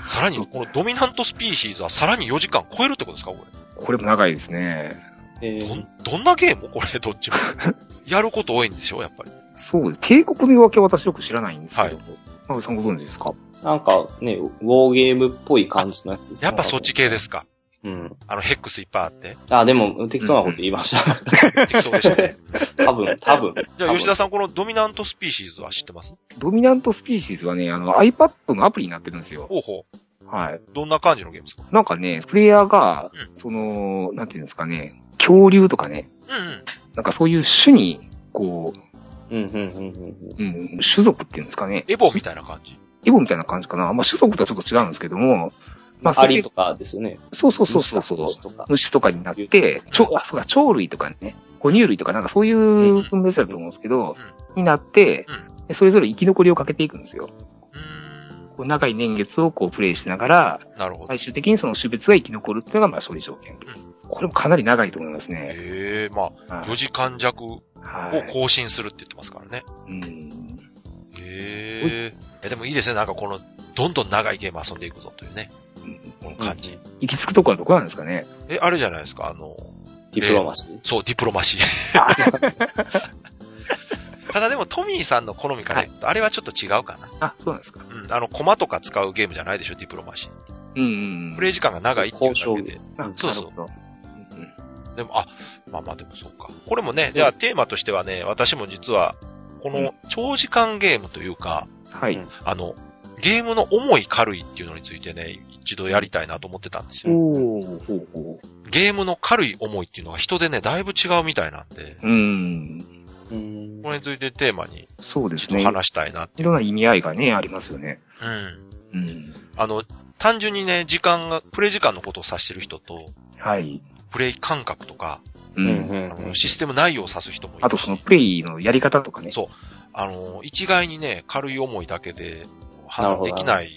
Speaker 1: さらに、このドミナントスピーシーズはさらに4時間超えるってことですか、これ。
Speaker 2: これも長いですね。
Speaker 3: え
Speaker 1: ど
Speaker 3: ー、
Speaker 1: ん、どんなゲームこ [laughs] れ、どっちも。やること多いんでしょ、やっぱり。
Speaker 2: そうです。帝国の夜明けは私よく知らないんですけど。まぶさんご存知ですか
Speaker 3: なんかね、ウォーゲームっぽい感じのやつですね
Speaker 1: やっぱそっち。系ですか。
Speaker 3: うん。
Speaker 1: あの、ヘックスいっぱいあって。
Speaker 3: あ、でも適当なこと言いまし
Speaker 1: 適当でし
Speaker 3: [laughs]
Speaker 1: たね。
Speaker 3: た。多分、多分。
Speaker 1: じゃあ、吉田
Speaker 3: さ
Speaker 1: さん、このドミナントスピーシーズは知ってます
Speaker 2: ドミナントスピーシーズはね、あの iPad のアプリになってるんですよ。
Speaker 1: ほうほう。
Speaker 2: はい。
Speaker 1: どんな感じのゲームですか
Speaker 2: なんかね、プレイヤーが
Speaker 1: う、
Speaker 2: その、なんていうんですかね、兄恐竜とかね、
Speaker 1: うんうん。
Speaker 2: なんかそういう種に、こ
Speaker 3: うん、うん、うん
Speaker 2: う、うん、種族っていうんですかね、
Speaker 1: エボみたいな感じ。
Speaker 2: エボみたいな感じかな。まあ、種族とはちょっと違うんですけども、ま
Speaker 3: う
Speaker 2: あ、
Speaker 3: ん。アリとかですよね。
Speaker 2: そうそうそうそうそう。
Speaker 3: 虫とか
Speaker 2: 虫とかになって、蝶、あ、そうか、鳥類とかね、哺乳類とかなんかそういう分別だと思うんですけど、になって、でそれぞれ生き残りをかけていくんですよ。
Speaker 1: うー
Speaker 2: こう長い年月をこうプレイしながら、
Speaker 1: ん。なるほど。
Speaker 2: 最終的にその種別が生き残るっていうのがまあ処理条件
Speaker 1: ん。
Speaker 2: これもかなり長いと思いますね。
Speaker 1: ええまあ、
Speaker 2: は
Speaker 1: 4時間弱を
Speaker 2: い。はい
Speaker 1: 更新するって言ってますからね。
Speaker 2: うんごい
Speaker 1: へええ。でもいいですね。なんかこの、どんどん長いゲーム遊んでいくぞというね、この感じ。
Speaker 2: 行き着くとこはどこなんですかね。
Speaker 1: え、あれじゃないですか。あの、
Speaker 3: ディプロマシー。
Speaker 1: そう、ディプロマシー。ただでもトミーさんの好みから言うと、あれはちょっと違うかな。
Speaker 2: あ、そうなんですか。
Speaker 1: うん。あの、コマとか使うゲームじゃないでしょ、ディプロマシー。
Speaker 2: うんうんうん。
Speaker 1: プレイ時間が長いっていうだけで。
Speaker 2: あ
Speaker 1: そうそう
Speaker 2: なるほどうんうん
Speaker 1: でも、あ、まあまあでもそうか。これもね、じゃあテーマとしてはね、私も実は、こ
Speaker 3: う
Speaker 1: の長時間ゲームというか、
Speaker 2: は
Speaker 3: う
Speaker 2: い
Speaker 3: ん。
Speaker 1: あの、ゲームの重い軽いっていうのについてね、一度やりたいなと思ってたんですよ。
Speaker 2: おー、ほうほう。
Speaker 1: ゲームの軽い重いっていうのが人でね、だいぶ違うみたいなんで、
Speaker 2: うん。
Speaker 3: うん
Speaker 1: これについてテーマに
Speaker 2: そうです
Speaker 1: ちょ
Speaker 2: ね
Speaker 1: っと。話したいな。
Speaker 2: いろんな意味合いがね、ありますよね。
Speaker 1: うん。
Speaker 2: うん。
Speaker 1: あの、単純にね、時間が、プレイ時間のことを指してる人と、
Speaker 2: はい。
Speaker 1: プレイ感覚とか、
Speaker 2: う
Speaker 3: うん
Speaker 2: ん。
Speaker 1: あのシステム内容を指す人もい
Speaker 2: あ
Speaker 1: る
Speaker 2: と
Speaker 1: し
Speaker 2: その、プレイのやり方とかね。
Speaker 1: そうあの、一概にね、軽い思いだけで判断できない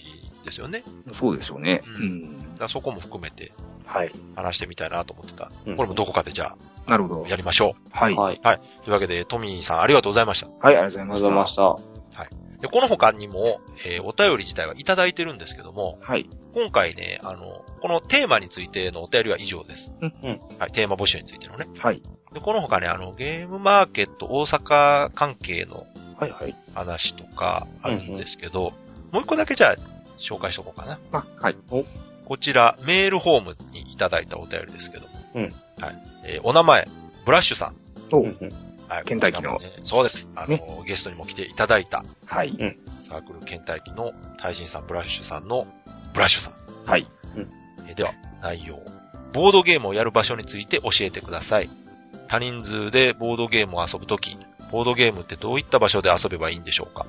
Speaker 1: ですよね。
Speaker 2: そうでしょうね。
Speaker 1: う
Speaker 2: うんん
Speaker 1: だ。からそこも含めて
Speaker 2: はい。
Speaker 1: 話してみたいなと思ってた。
Speaker 3: うん
Speaker 1: これもどこかでじゃ
Speaker 2: なる
Speaker 1: あ
Speaker 2: ほど。
Speaker 1: やりましょ
Speaker 2: はい。はい、
Speaker 3: はい。
Speaker 1: う。というわけで、トミーさんありがとうございました。
Speaker 2: ありがとうござい
Speaker 3: ありが
Speaker 2: ま
Speaker 3: とう
Speaker 2: した。
Speaker 3: ございました。
Speaker 1: で、この他にも、えーお便り自体はいただいてるんですけども、
Speaker 2: はい。
Speaker 1: 今回ね、あの、このテーマについてのお便りは以上です。
Speaker 2: うん
Speaker 3: う
Speaker 1: はい、テーマ募集についてのね。
Speaker 2: はい。
Speaker 1: で、この他ね、あの、ゲームマーケット大阪関係の
Speaker 2: はいはい。
Speaker 1: 話とかあるんですけど、もう一個だけじゃあ紹介しとこうかな。
Speaker 2: あ、はい。
Speaker 1: こちら、メールフォームにいただいたお便りですけども。
Speaker 3: うん
Speaker 1: はい。えーお名前、ブラッシュさん。
Speaker 2: お
Speaker 3: うんうん
Speaker 1: はい。
Speaker 2: 倦怠期の
Speaker 1: こちらもねそうです。あの、ゲストにも来ていただいた、
Speaker 2: はい。
Speaker 1: サークル倦怠期の大臣さん、ブラッシュさんの、ブラッシュさん。
Speaker 2: はい。
Speaker 1: えーでは、内容。ボードゲームをやる場所について教えてください。他人数でボードゲームを遊ぶとき、ボードゲームってどういった場所で遊べばいいんでしょうか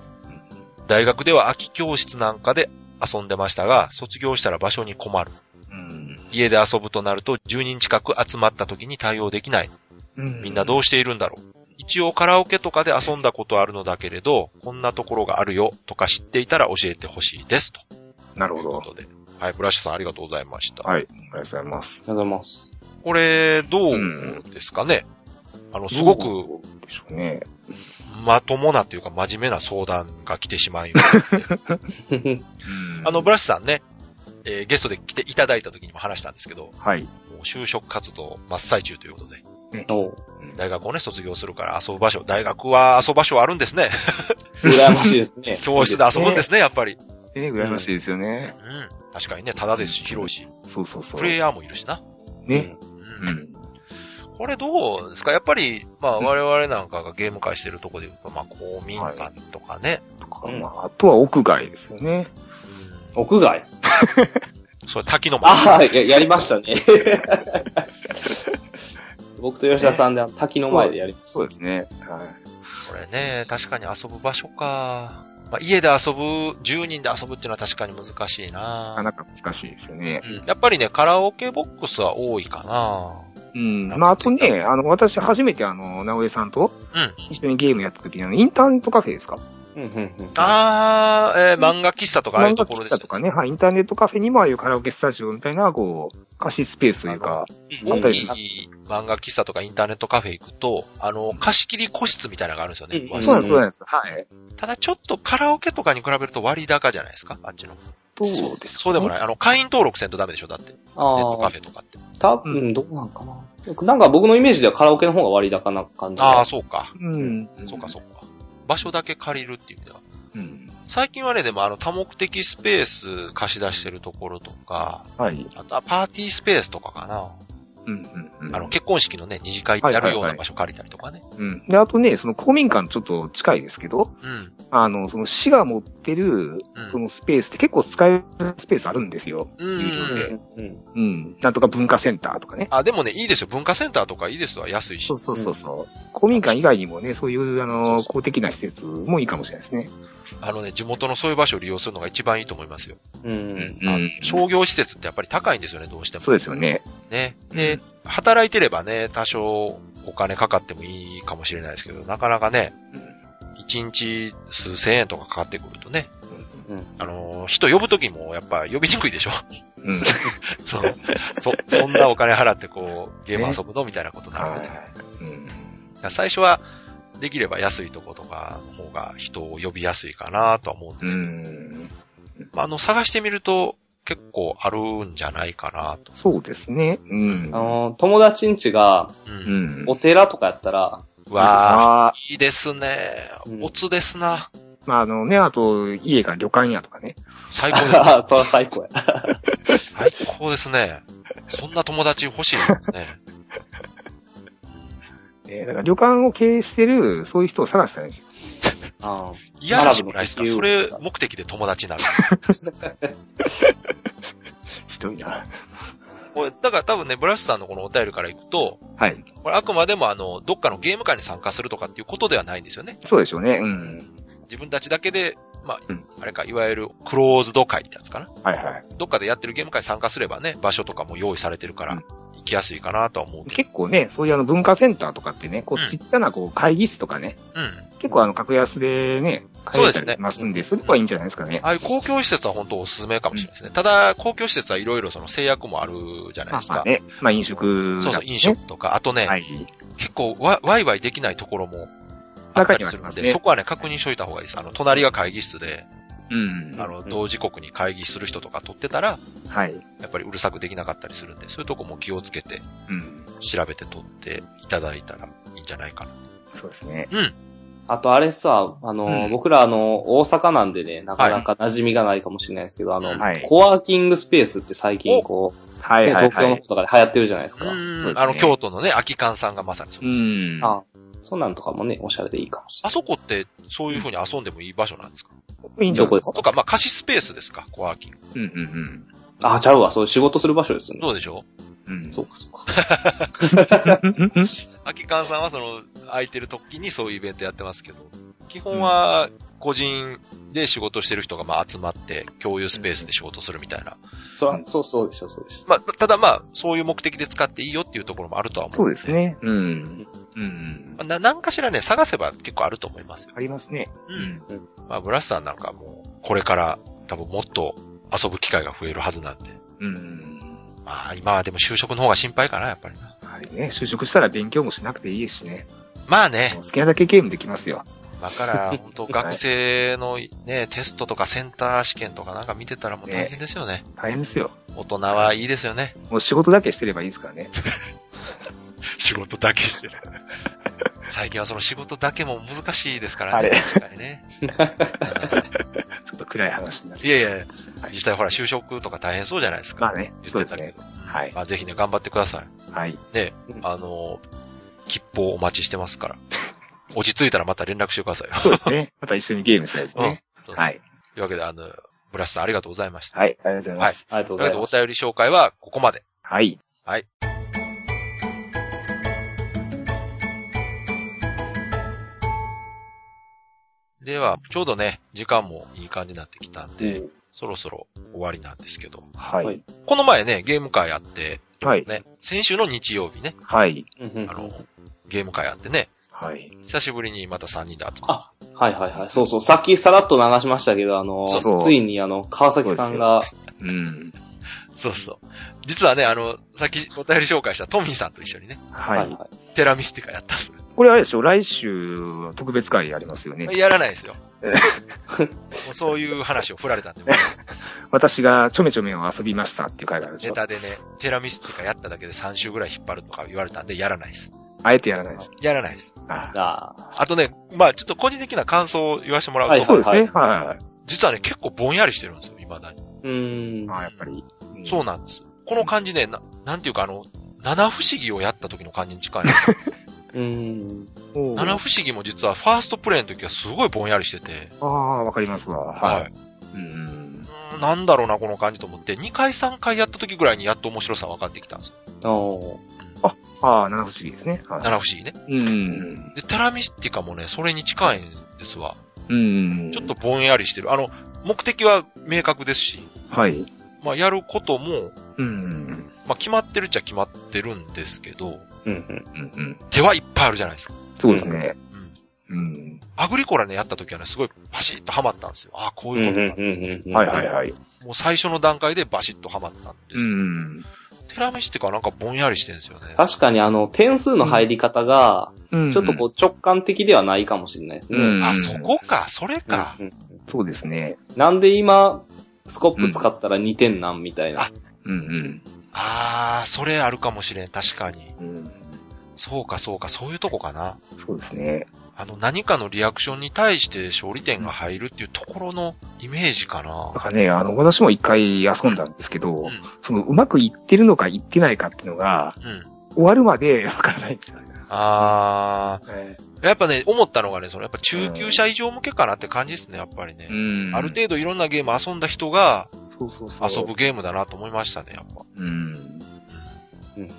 Speaker 1: 大学では空き教室なんかで遊んでましたが、卒業したら場所に困る。
Speaker 2: うん。
Speaker 1: 家で遊ぶとなると10人近く集まった時に対応できない。みんなどうしているんだろう。一応カラオケとかで遊んだことあるのだけれど、こんなところがあるよとか知っていたら教えてほしいです。と
Speaker 2: うんなる
Speaker 1: いう
Speaker 2: ほ
Speaker 1: こ
Speaker 2: ど。
Speaker 1: とで。はい、ブラッシュさんありがとうございました。
Speaker 2: はい。ありがとうございます。
Speaker 3: ありがとうございます。 [laughs]
Speaker 1: これ、どうですかね、あの、すごく
Speaker 2: どうでしょうね。
Speaker 1: まともなというか真面目な相談が来てしまうようで。
Speaker 2: うん
Speaker 1: あの、ブラッシュさんね、えーゲストで来ていただいた時にも話したんですけど、も
Speaker 2: はい。
Speaker 1: う就職活動真っ最中ということで。
Speaker 3: おう
Speaker 1: 大学をね、卒業するから遊ぶ場所、大学は遊ぶ場所あるん
Speaker 2: [laughs]
Speaker 1: ですね。。
Speaker 3: 羨ましいですね
Speaker 1: [laughs] 教室で遊ぶんですね、やっぱり。
Speaker 2: えー、羨ましいですよね。
Speaker 1: うん。確かにね、ただですし、広いし、
Speaker 2: そうそうそう。
Speaker 1: プレイヤーもいるしな。
Speaker 3: うん。
Speaker 2: ね。
Speaker 1: う。
Speaker 2: うんん。
Speaker 1: これどうですかやっぱり、まあ、我々なんかがゲーム会してるとこで言うと、まあ、公民館とかね。
Speaker 2: とか、
Speaker 3: うん
Speaker 2: まあ、あとは屋外ですよね。
Speaker 1: うん。
Speaker 3: 屋外
Speaker 1: それ、滝の間。
Speaker 3: ああ、ややりましたね。 [laughs] 僕と吉田さんであの滝の前でやります。
Speaker 2: そうですね。はい。
Speaker 1: これね、確かに遊ぶ場所か。まあ、家で遊ぶ、10人で遊ぶっていうのは確かに難しい
Speaker 2: なか
Speaker 1: な。
Speaker 2: なか難しいですよね
Speaker 1: う。ん。やっぱりね、カラオケボックスは多いかな。
Speaker 2: うん。まあ、あとね、あの、私初めてあの、直江さんと
Speaker 1: う
Speaker 2: 一緒にゲームやった時にあの、インターネットカフェですか
Speaker 3: うんうんうん
Speaker 1: あー、えー漫画喫茶とかああい
Speaker 2: 漫
Speaker 1: う
Speaker 2: 画
Speaker 1: ところ
Speaker 2: 喫
Speaker 1: でした
Speaker 2: 茶
Speaker 1: ね
Speaker 2: とかね、はい、インターネットカフェにもああいうカラオケスタジオみたいな、こう、貸しスペースというか、
Speaker 1: 大
Speaker 2: ん
Speaker 1: きい漫画喫茶とかインターネットカフェ行くと、あの、貸し切り個室みたいなのがあるんですよね。
Speaker 3: うんうん
Speaker 2: そうなんです、そうなんです。はい。
Speaker 1: ただちょっとカラオケとかに比べると割高じゃないですかあっちの。
Speaker 2: どうですかね
Speaker 1: そうでもない。あの、会員登録せんとダメでしょだって。ネ
Speaker 3: あ
Speaker 1: ットカ
Speaker 3: あ
Speaker 1: フ、ェとかって。
Speaker 3: 多分どうなんかな。なんか僕のイメージではカラオケの方が割高な感じ。
Speaker 1: ああ、そうか。
Speaker 2: うん。
Speaker 1: そうか、そうか。場所だけ借りるっていう意味では。
Speaker 2: うん。
Speaker 1: 最近はね、でもあの、多目的スペース貸し出してるところとか、
Speaker 2: はい。
Speaker 1: あとはパーティースペースとかかな。
Speaker 2: うん、うん、うん。
Speaker 1: あの、結婚式のね、二次会やるような場所借りたりとかね。
Speaker 2: うん。で、あとね、その公民館ちょっと近いですけど、
Speaker 1: うん。
Speaker 2: あの、その市が持ってる、
Speaker 1: うん
Speaker 2: そのスペースって結構使えるスペースあるんですよ。
Speaker 1: うんうんうん。
Speaker 3: うん。
Speaker 2: うん。なんとか文化センターとかね。
Speaker 1: あ、でもね、いいですよ。文化センターとかいいですわ。安いし
Speaker 2: そう。そうそうそう。公民館以外にもね、そういう、
Speaker 1: そ
Speaker 2: あ
Speaker 1: う
Speaker 2: の、
Speaker 1: そう
Speaker 2: 公的な施設もいいかもしれないですね。
Speaker 1: あのね、地元のそういう場所を利用するのが一番いいと思いますよ。
Speaker 3: う。
Speaker 2: うん
Speaker 1: あの商業施設ってやっぱり高いんですよね、どうしても。
Speaker 2: そうですよね。
Speaker 1: ね。
Speaker 2: う
Speaker 1: で
Speaker 2: ん、
Speaker 1: 働いてればね、多少お金かかってもいいかもしれないですけど、なかなかね、一日数千円とかかかってくるとね、
Speaker 3: うん。
Speaker 1: あのー人呼ぶときもやっぱ呼びにくいでしょ [laughs]
Speaker 2: うん。
Speaker 1: その、そ、そんなお金払ってこう、ゲーム遊ぶのみたいなことになるので、
Speaker 2: はい。うん。
Speaker 1: だから最初は、できれば安いとことかの方が人を呼びやすいかなとは思うんで
Speaker 2: う
Speaker 1: すけど、
Speaker 2: ん。
Speaker 1: まあ、あの、探してみると結構あるんじゃないかなと。
Speaker 2: そうですね。うん
Speaker 3: あ。の、友達んちが、
Speaker 1: う。
Speaker 2: うんん。
Speaker 3: お寺とかやったら、 [laughs]
Speaker 1: わあ、
Speaker 2: あ。
Speaker 1: いいですね
Speaker 3: う。ん
Speaker 1: おつですな。
Speaker 2: まあ、あのね、あと、家が旅館やとかね。
Speaker 1: 最高ですね。
Speaker 3: [laughs] ああ、それは最高や。
Speaker 1: 最高ですね。そんな友達欲しいですね。
Speaker 2: えーだから旅館を経営してる、そういう人を探したらいいんですよ。
Speaker 3: あ
Speaker 1: いやらしくないですかそ
Speaker 3: 並ぶの
Speaker 1: れ目的で友達になる。
Speaker 2: ひどいな。
Speaker 1: これ、だから多分ね、ブラスさんのこのお便りからいくと、
Speaker 2: はい。
Speaker 1: これあくまでもあの、どっかのゲーム会に参加するとかっていうことではないんですよね。
Speaker 2: そうでしょうね。うん。
Speaker 1: 自分たちだけで、まあ、
Speaker 2: うん
Speaker 1: あれか、いわゆるクローズド会ってやつかな。
Speaker 2: はいはい。
Speaker 1: どっかでやってるゲーム会に参加すればね、場所とかも用意されてるから
Speaker 2: うん、
Speaker 1: 行きやすいかなとは思うけど。
Speaker 2: 結構ね、そういうあの文化センターとかってね、こ
Speaker 1: うん
Speaker 2: うちっちゃなこう会議室とかね、
Speaker 1: うん。
Speaker 2: 結構あの格安でね、買えた
Speaker 1: そうで
Speaker 2: り
Speaker 1: す
Speaker 2: しますんで、そういうとこはいいんじゃないですかね
Speaker 1: あ。あいう公共施設は本当おすすめかもしれないですね。ただ、公共施設はいろいろその制約もあるじゃない
Speaker 2: まあ
Speaker 1: です
Speaker 2: ま
Speaker 1: か
Speaker 2: あ。ね、まあ飲食、
Speaker 1: そうそう、飲食とか、あとね、
Speaker 2: はい。
Speaker 1: 結構わ、ワイワイできないところもあったりするん
Speaker 2: 中にはあります
Speaker 1: で、
Speaker 2: ね
Speaker 1: そこはね、確認しといた方がいいです。あの、隣が会議室で、
Speaker 2: うん。
Speaker 1: あの、
Speaker 3: うん
Speaker 1: 同時刻に会議する人とか取ってたら、
Speaker 2: はい。
Speaker 1: やっぱりうるさくできなかったりするんで、そういうとこも気をつけて、
Speaker 2: うん。
Speaker 1: 調べて取っていただいたらいいんじゃないかな。
Speaker 2: そうですね。
Speaker 3: あとあれさ、あの、
Speaker 2: うん
Speaker 3: 僕らあの、大阪なんでね、なかなか馴染みがないかもしれないですけど、あの、
Speaker 2: はい
Speaker 3: コワーキングスペースって最近こう、
Speaker 2: は
Speaker 3: ね
Speaker 2: いはい
Speaker 3: 東京
Speaker 2: は
Speaker 3: の
Speaker 2: い
Speaker 3: 方。とかで流行ってるじゃないです
Speaker 1: う
Speaker 3: か。
Speaker 1: ん、
Speaker 2: そうですね
Speaker 1: あの、京都のね、秋館さんがまさにそう
Speaker 2: う
Speaker 1: です。
Speaker 2: ん。
Speaker 3: あそんなんとかもね、おしゃれでいいかもしれ
Speaker 1: あそこって、そういう風に遊んでもいい場所なんですか
Speaker 2: いいんじゃないですか
Speaker 1: と。か、まあ、貸しスペースですかコワーキング。
Speaker 2: うんうん
Speaker 3: ない。あ、ちゃうわ、そう、仕事する場所ですよね。
Speaker 1: どうでしょ
Speaker 2: うん。うん。
Speaker 3: そうか、そうか。
Speaker 2: うん。
Speaker 1: う秋館さんはその、空いてる時にそういうイベントやってますけど、基本は、個人で仕事してる人がまあ集まって、共有スペースで仕事するみたいな。
Speaker 3: そら、そう、そうでした、そうでした。
Speaker 1: まあ、ただまあ、そういう目的で使っていいよっていうところもあるとは思う。
Speaker 2: そうです。ね。うん。うん。
Speaker 1: な、なんかしらね、探せば結構あると思いますよ。
Speaker 2: ありますね。
Speaker 1: う。
Speaker 2: うんん。
Speaker 1: まあ、ブラスさんなんかもう、これから多分もっと遊ぶ機会が増えるはずなんで。
Speaker 2: うん。
Speaker 1: まあ、今はでも就職の方が心配かな、やっぱりな。
Speaker 2: はいね、就職したら勉強もしなくていいしね。
Speaker 1: まあね
Speaker 2: も、う好きなだけゲームできますよ。
Speaker 1: 今から本当学生の
Speaker 2: [laughs]
Speaker 1: ね、テストとかセンター試験とかなんか見てたらもう大変ですよね。
Speaker 2: 大変ですよ。
Speaker 1: 大人はいいですよね。
Speaker 2: もう仕事だけしてればいいですからね。 [laughs]
Speaker 1: 仕事だけしてる。 [laughs] 最近はその仕事だけも難しいですから
Speaker 2: あ
Speaker 1: ね。
Speaker 2: れ
Speaker 1: 確かに
Speaker 2: [laughs]
Speaker 1: ね。
Speaker 2: ちょっと暗い話になる。
Speaker 1: いやいや、実際ほら就職とか大変そうじゃないですか。
Speaker 2: まあね、そ
Speaker 1: 言ってた
Speaker 2: うです
Speaker 1: け
Speaker 2: ね。
Speaker 1: ど。
Speaker 2: は
Speaker 1: う
Speaker 2: い
Speaker 1: ん。まあぜひね、頑張ってください。
Speaker 2: はい。
Speaker 1: あの、切符をお待ちしてますから。落ち着いたらまた連絡してくださいよ。
Speaker 2: そうです [laughs] ね。また一緒にゲームしたいですね。
Speaker 1: そうです
Speaker 2: はい。
Speaker 1: というわけで、あの、ブラスさんありがとうございました。
Speaker 2: はい、ありがとうございます。
Speaker 3: ありがとう
Speaker 1: と
Speaker 3: ご
Speaker 1: いうわけ
Speaker 3: ざい
Speaker 1: で、
Speaker 3: ま
Speaker 1: お
Speaker 3: す。
Speaker 1: 便り紹介はここまで。
Speaker 2: はい。
Speaker 1: では、ちょうどね、時間もいい感じになってきたんで、
Speaker 3: うん
Speaker 1: そろそろ終わりなんですけど。
Speaker 2: は
Speaker 3: はいい。
Speaker 1: この前ね、ゲーム会あって、
Speaker 2: はい。
Speaker 1: ね、先週の日曜日ね、
Speaker 2: はい。
Speaker 3: うんうん
Speaker 1: あの、ゲーム会あってね、
Speaker 2: はい。
Speaker 1: 久しぶりにまた3人で集まっ
Speaker 3: あ、はいはいはい。そうそう。さっきさらっと流しましたけど、あの、
Speaker 1: そう
Speaker 2: そう
Speaker 3: ついにあの、川崎さんが、
Speaker 2: うん。
Speaker 1: そうそう。実はね、あの、さっきお便り紹介したトミーさんと一緒にね、
Speaker 3: は
Speaker 2: はいい。
Speaker 3: は
Speaker 1: テラミスティカやったんです。
Speaker 2: これあれでしょ来週、特別会ありますよね。
Speaker 1: やらないですよ。
Speaker 2: え
Speaker 1: もうそういう話を振られたんで、もう
Speaker 2: 私がちょめちょめを遊びましたっていう会があるでし
Speaker 1: ネ
Speaker 2: ょ
Speaker 1: タでね、テラミスティカやっただけで3週ぐらい引っ張るとか言われたんで、やらないです。
Speaker 2: あえてやらないです。
Speaker 1: やらないです。
Speaker 2: あ
Speaker 3: い。 [laughs] あ
Speaker 1: あとね、まあちょっと個人的な感想を言わせてもらうと、
Speaker 3: はい
Speaker 2: そうですね。
Speaker 3: はい
Speaker 2: はい。
Speaker 1: 実はね、結構ぼんやりしてるんですよ、未だに。
Speaker 3: ーうーん。
Speaker 2: まあ、やっぱり。ん
Speaker 1: そうなんです。この感じ
Speaker 2: [laughs]
Speaker 1: ね、ななんていうかあの、七不思議をやった時の感じに近い。
Speaker 3: うーん。
Speaker 2: おー
Speaker 1: 七不思議も実はファーストプレイの時はすごいぼんやりしてて、
Speaker 2: ああ、わかりますわ。はい。
Speaker 1: いう
Speaker 2: ーん。
Speaker 1: うーんなんだろうな、この感じと思って、2回3回やった時ぐらいにやっと面白さ分かってきたんですよ。
Speaker 3: おー
Speaker 2: ああ、七不思議ですね。はい。
Speaker 1: 七不思議ね。
Speaker 2: うん。
Speaker 1: で、テラミスティカもね、それに近いんですわ。
Speaker 2: うん。
Speaker 1: ちょっと、ぼんやりしてる。あの、目的は明確ですし、
Speaker 2: はい。
Speaker 1: まあ、やることも、
Speaker 2: うん。
Speaker 1: まあ、決まってるっちゃ決まってるんですけど、
Speaker 3: うんうん。
Speaker 2: うんうん。
Speaker 1: 手はいっぱいあるじゃないですか。
Speaker 2: そうですね。
Speaker 1: うん。
Speaker 2: うん。
Speaker 1: アグリコラね、やった時はね、すごいバシッとハマったんですよ。ああ、こ
Speaker 3: う
Speaker 1: うんいううんこ
Speaker 3: う
Speaker 1: とだ。
Speaker 3: んうん。
Speaker 2: はいはいはい。
Speaker 1: もう最初の段階でバシッとハマったんです。
Speaker 2: うん。
Speaker 1: テラミスティカはなんかぼんやりしてるんですよね。
Speaker 3: 確かにあの、点数の入り方が、
Speaker 2: うん
Speaker 3: ちょっとこう直感的ではないかもしれないですね。
Speaker 2: う
Speaker 3: うん
Speaker 2: ん
Speaker 1: あ、そこか、それか。
Speaker 3: うん
Speaker 2: そうですね。
Speaker 3: なんで今、スコップ使ったら2点なんみたいな。
Speaker 2: うん
Speaker 1: あー、それあるかもしれん、確かに。
Speaker 2: うん。うん。
Speaker 1: そうか、そうか、そういうとこかな。
Speaker 2: そうですね。
Speaker 1: あの、何かのリアクションに対して勝利点が入るっていうところのイメージか
Speaker 2: だ
Speaker 1: な。
Speaker 2: からね、あの、私も一回遊んだんですけど、
Speaker 1: うん、
Speaker 2: その、うまくいってるのかいってないかっていうのが、
Speaker 1: うん。
Speaker 2: 終わるまでわからないんですよね。
Speaker 1: あ
Speaker 2: はい
Speaker 1: ー、やっぱね、思ったのがね、その、やっぱ中級者以上向けかなって感じですね、やっぱりね。
Speaker 2: うん。
Speaker 1: ある程度いろんなゲーム遊んだ人が
Speaker 2: そうそうそう。
Speaker 1: 遊ぶ。ゲームだなと思いましたね、やっぱ。
Speaker 2: うん。
Speaker 3: うんうんうん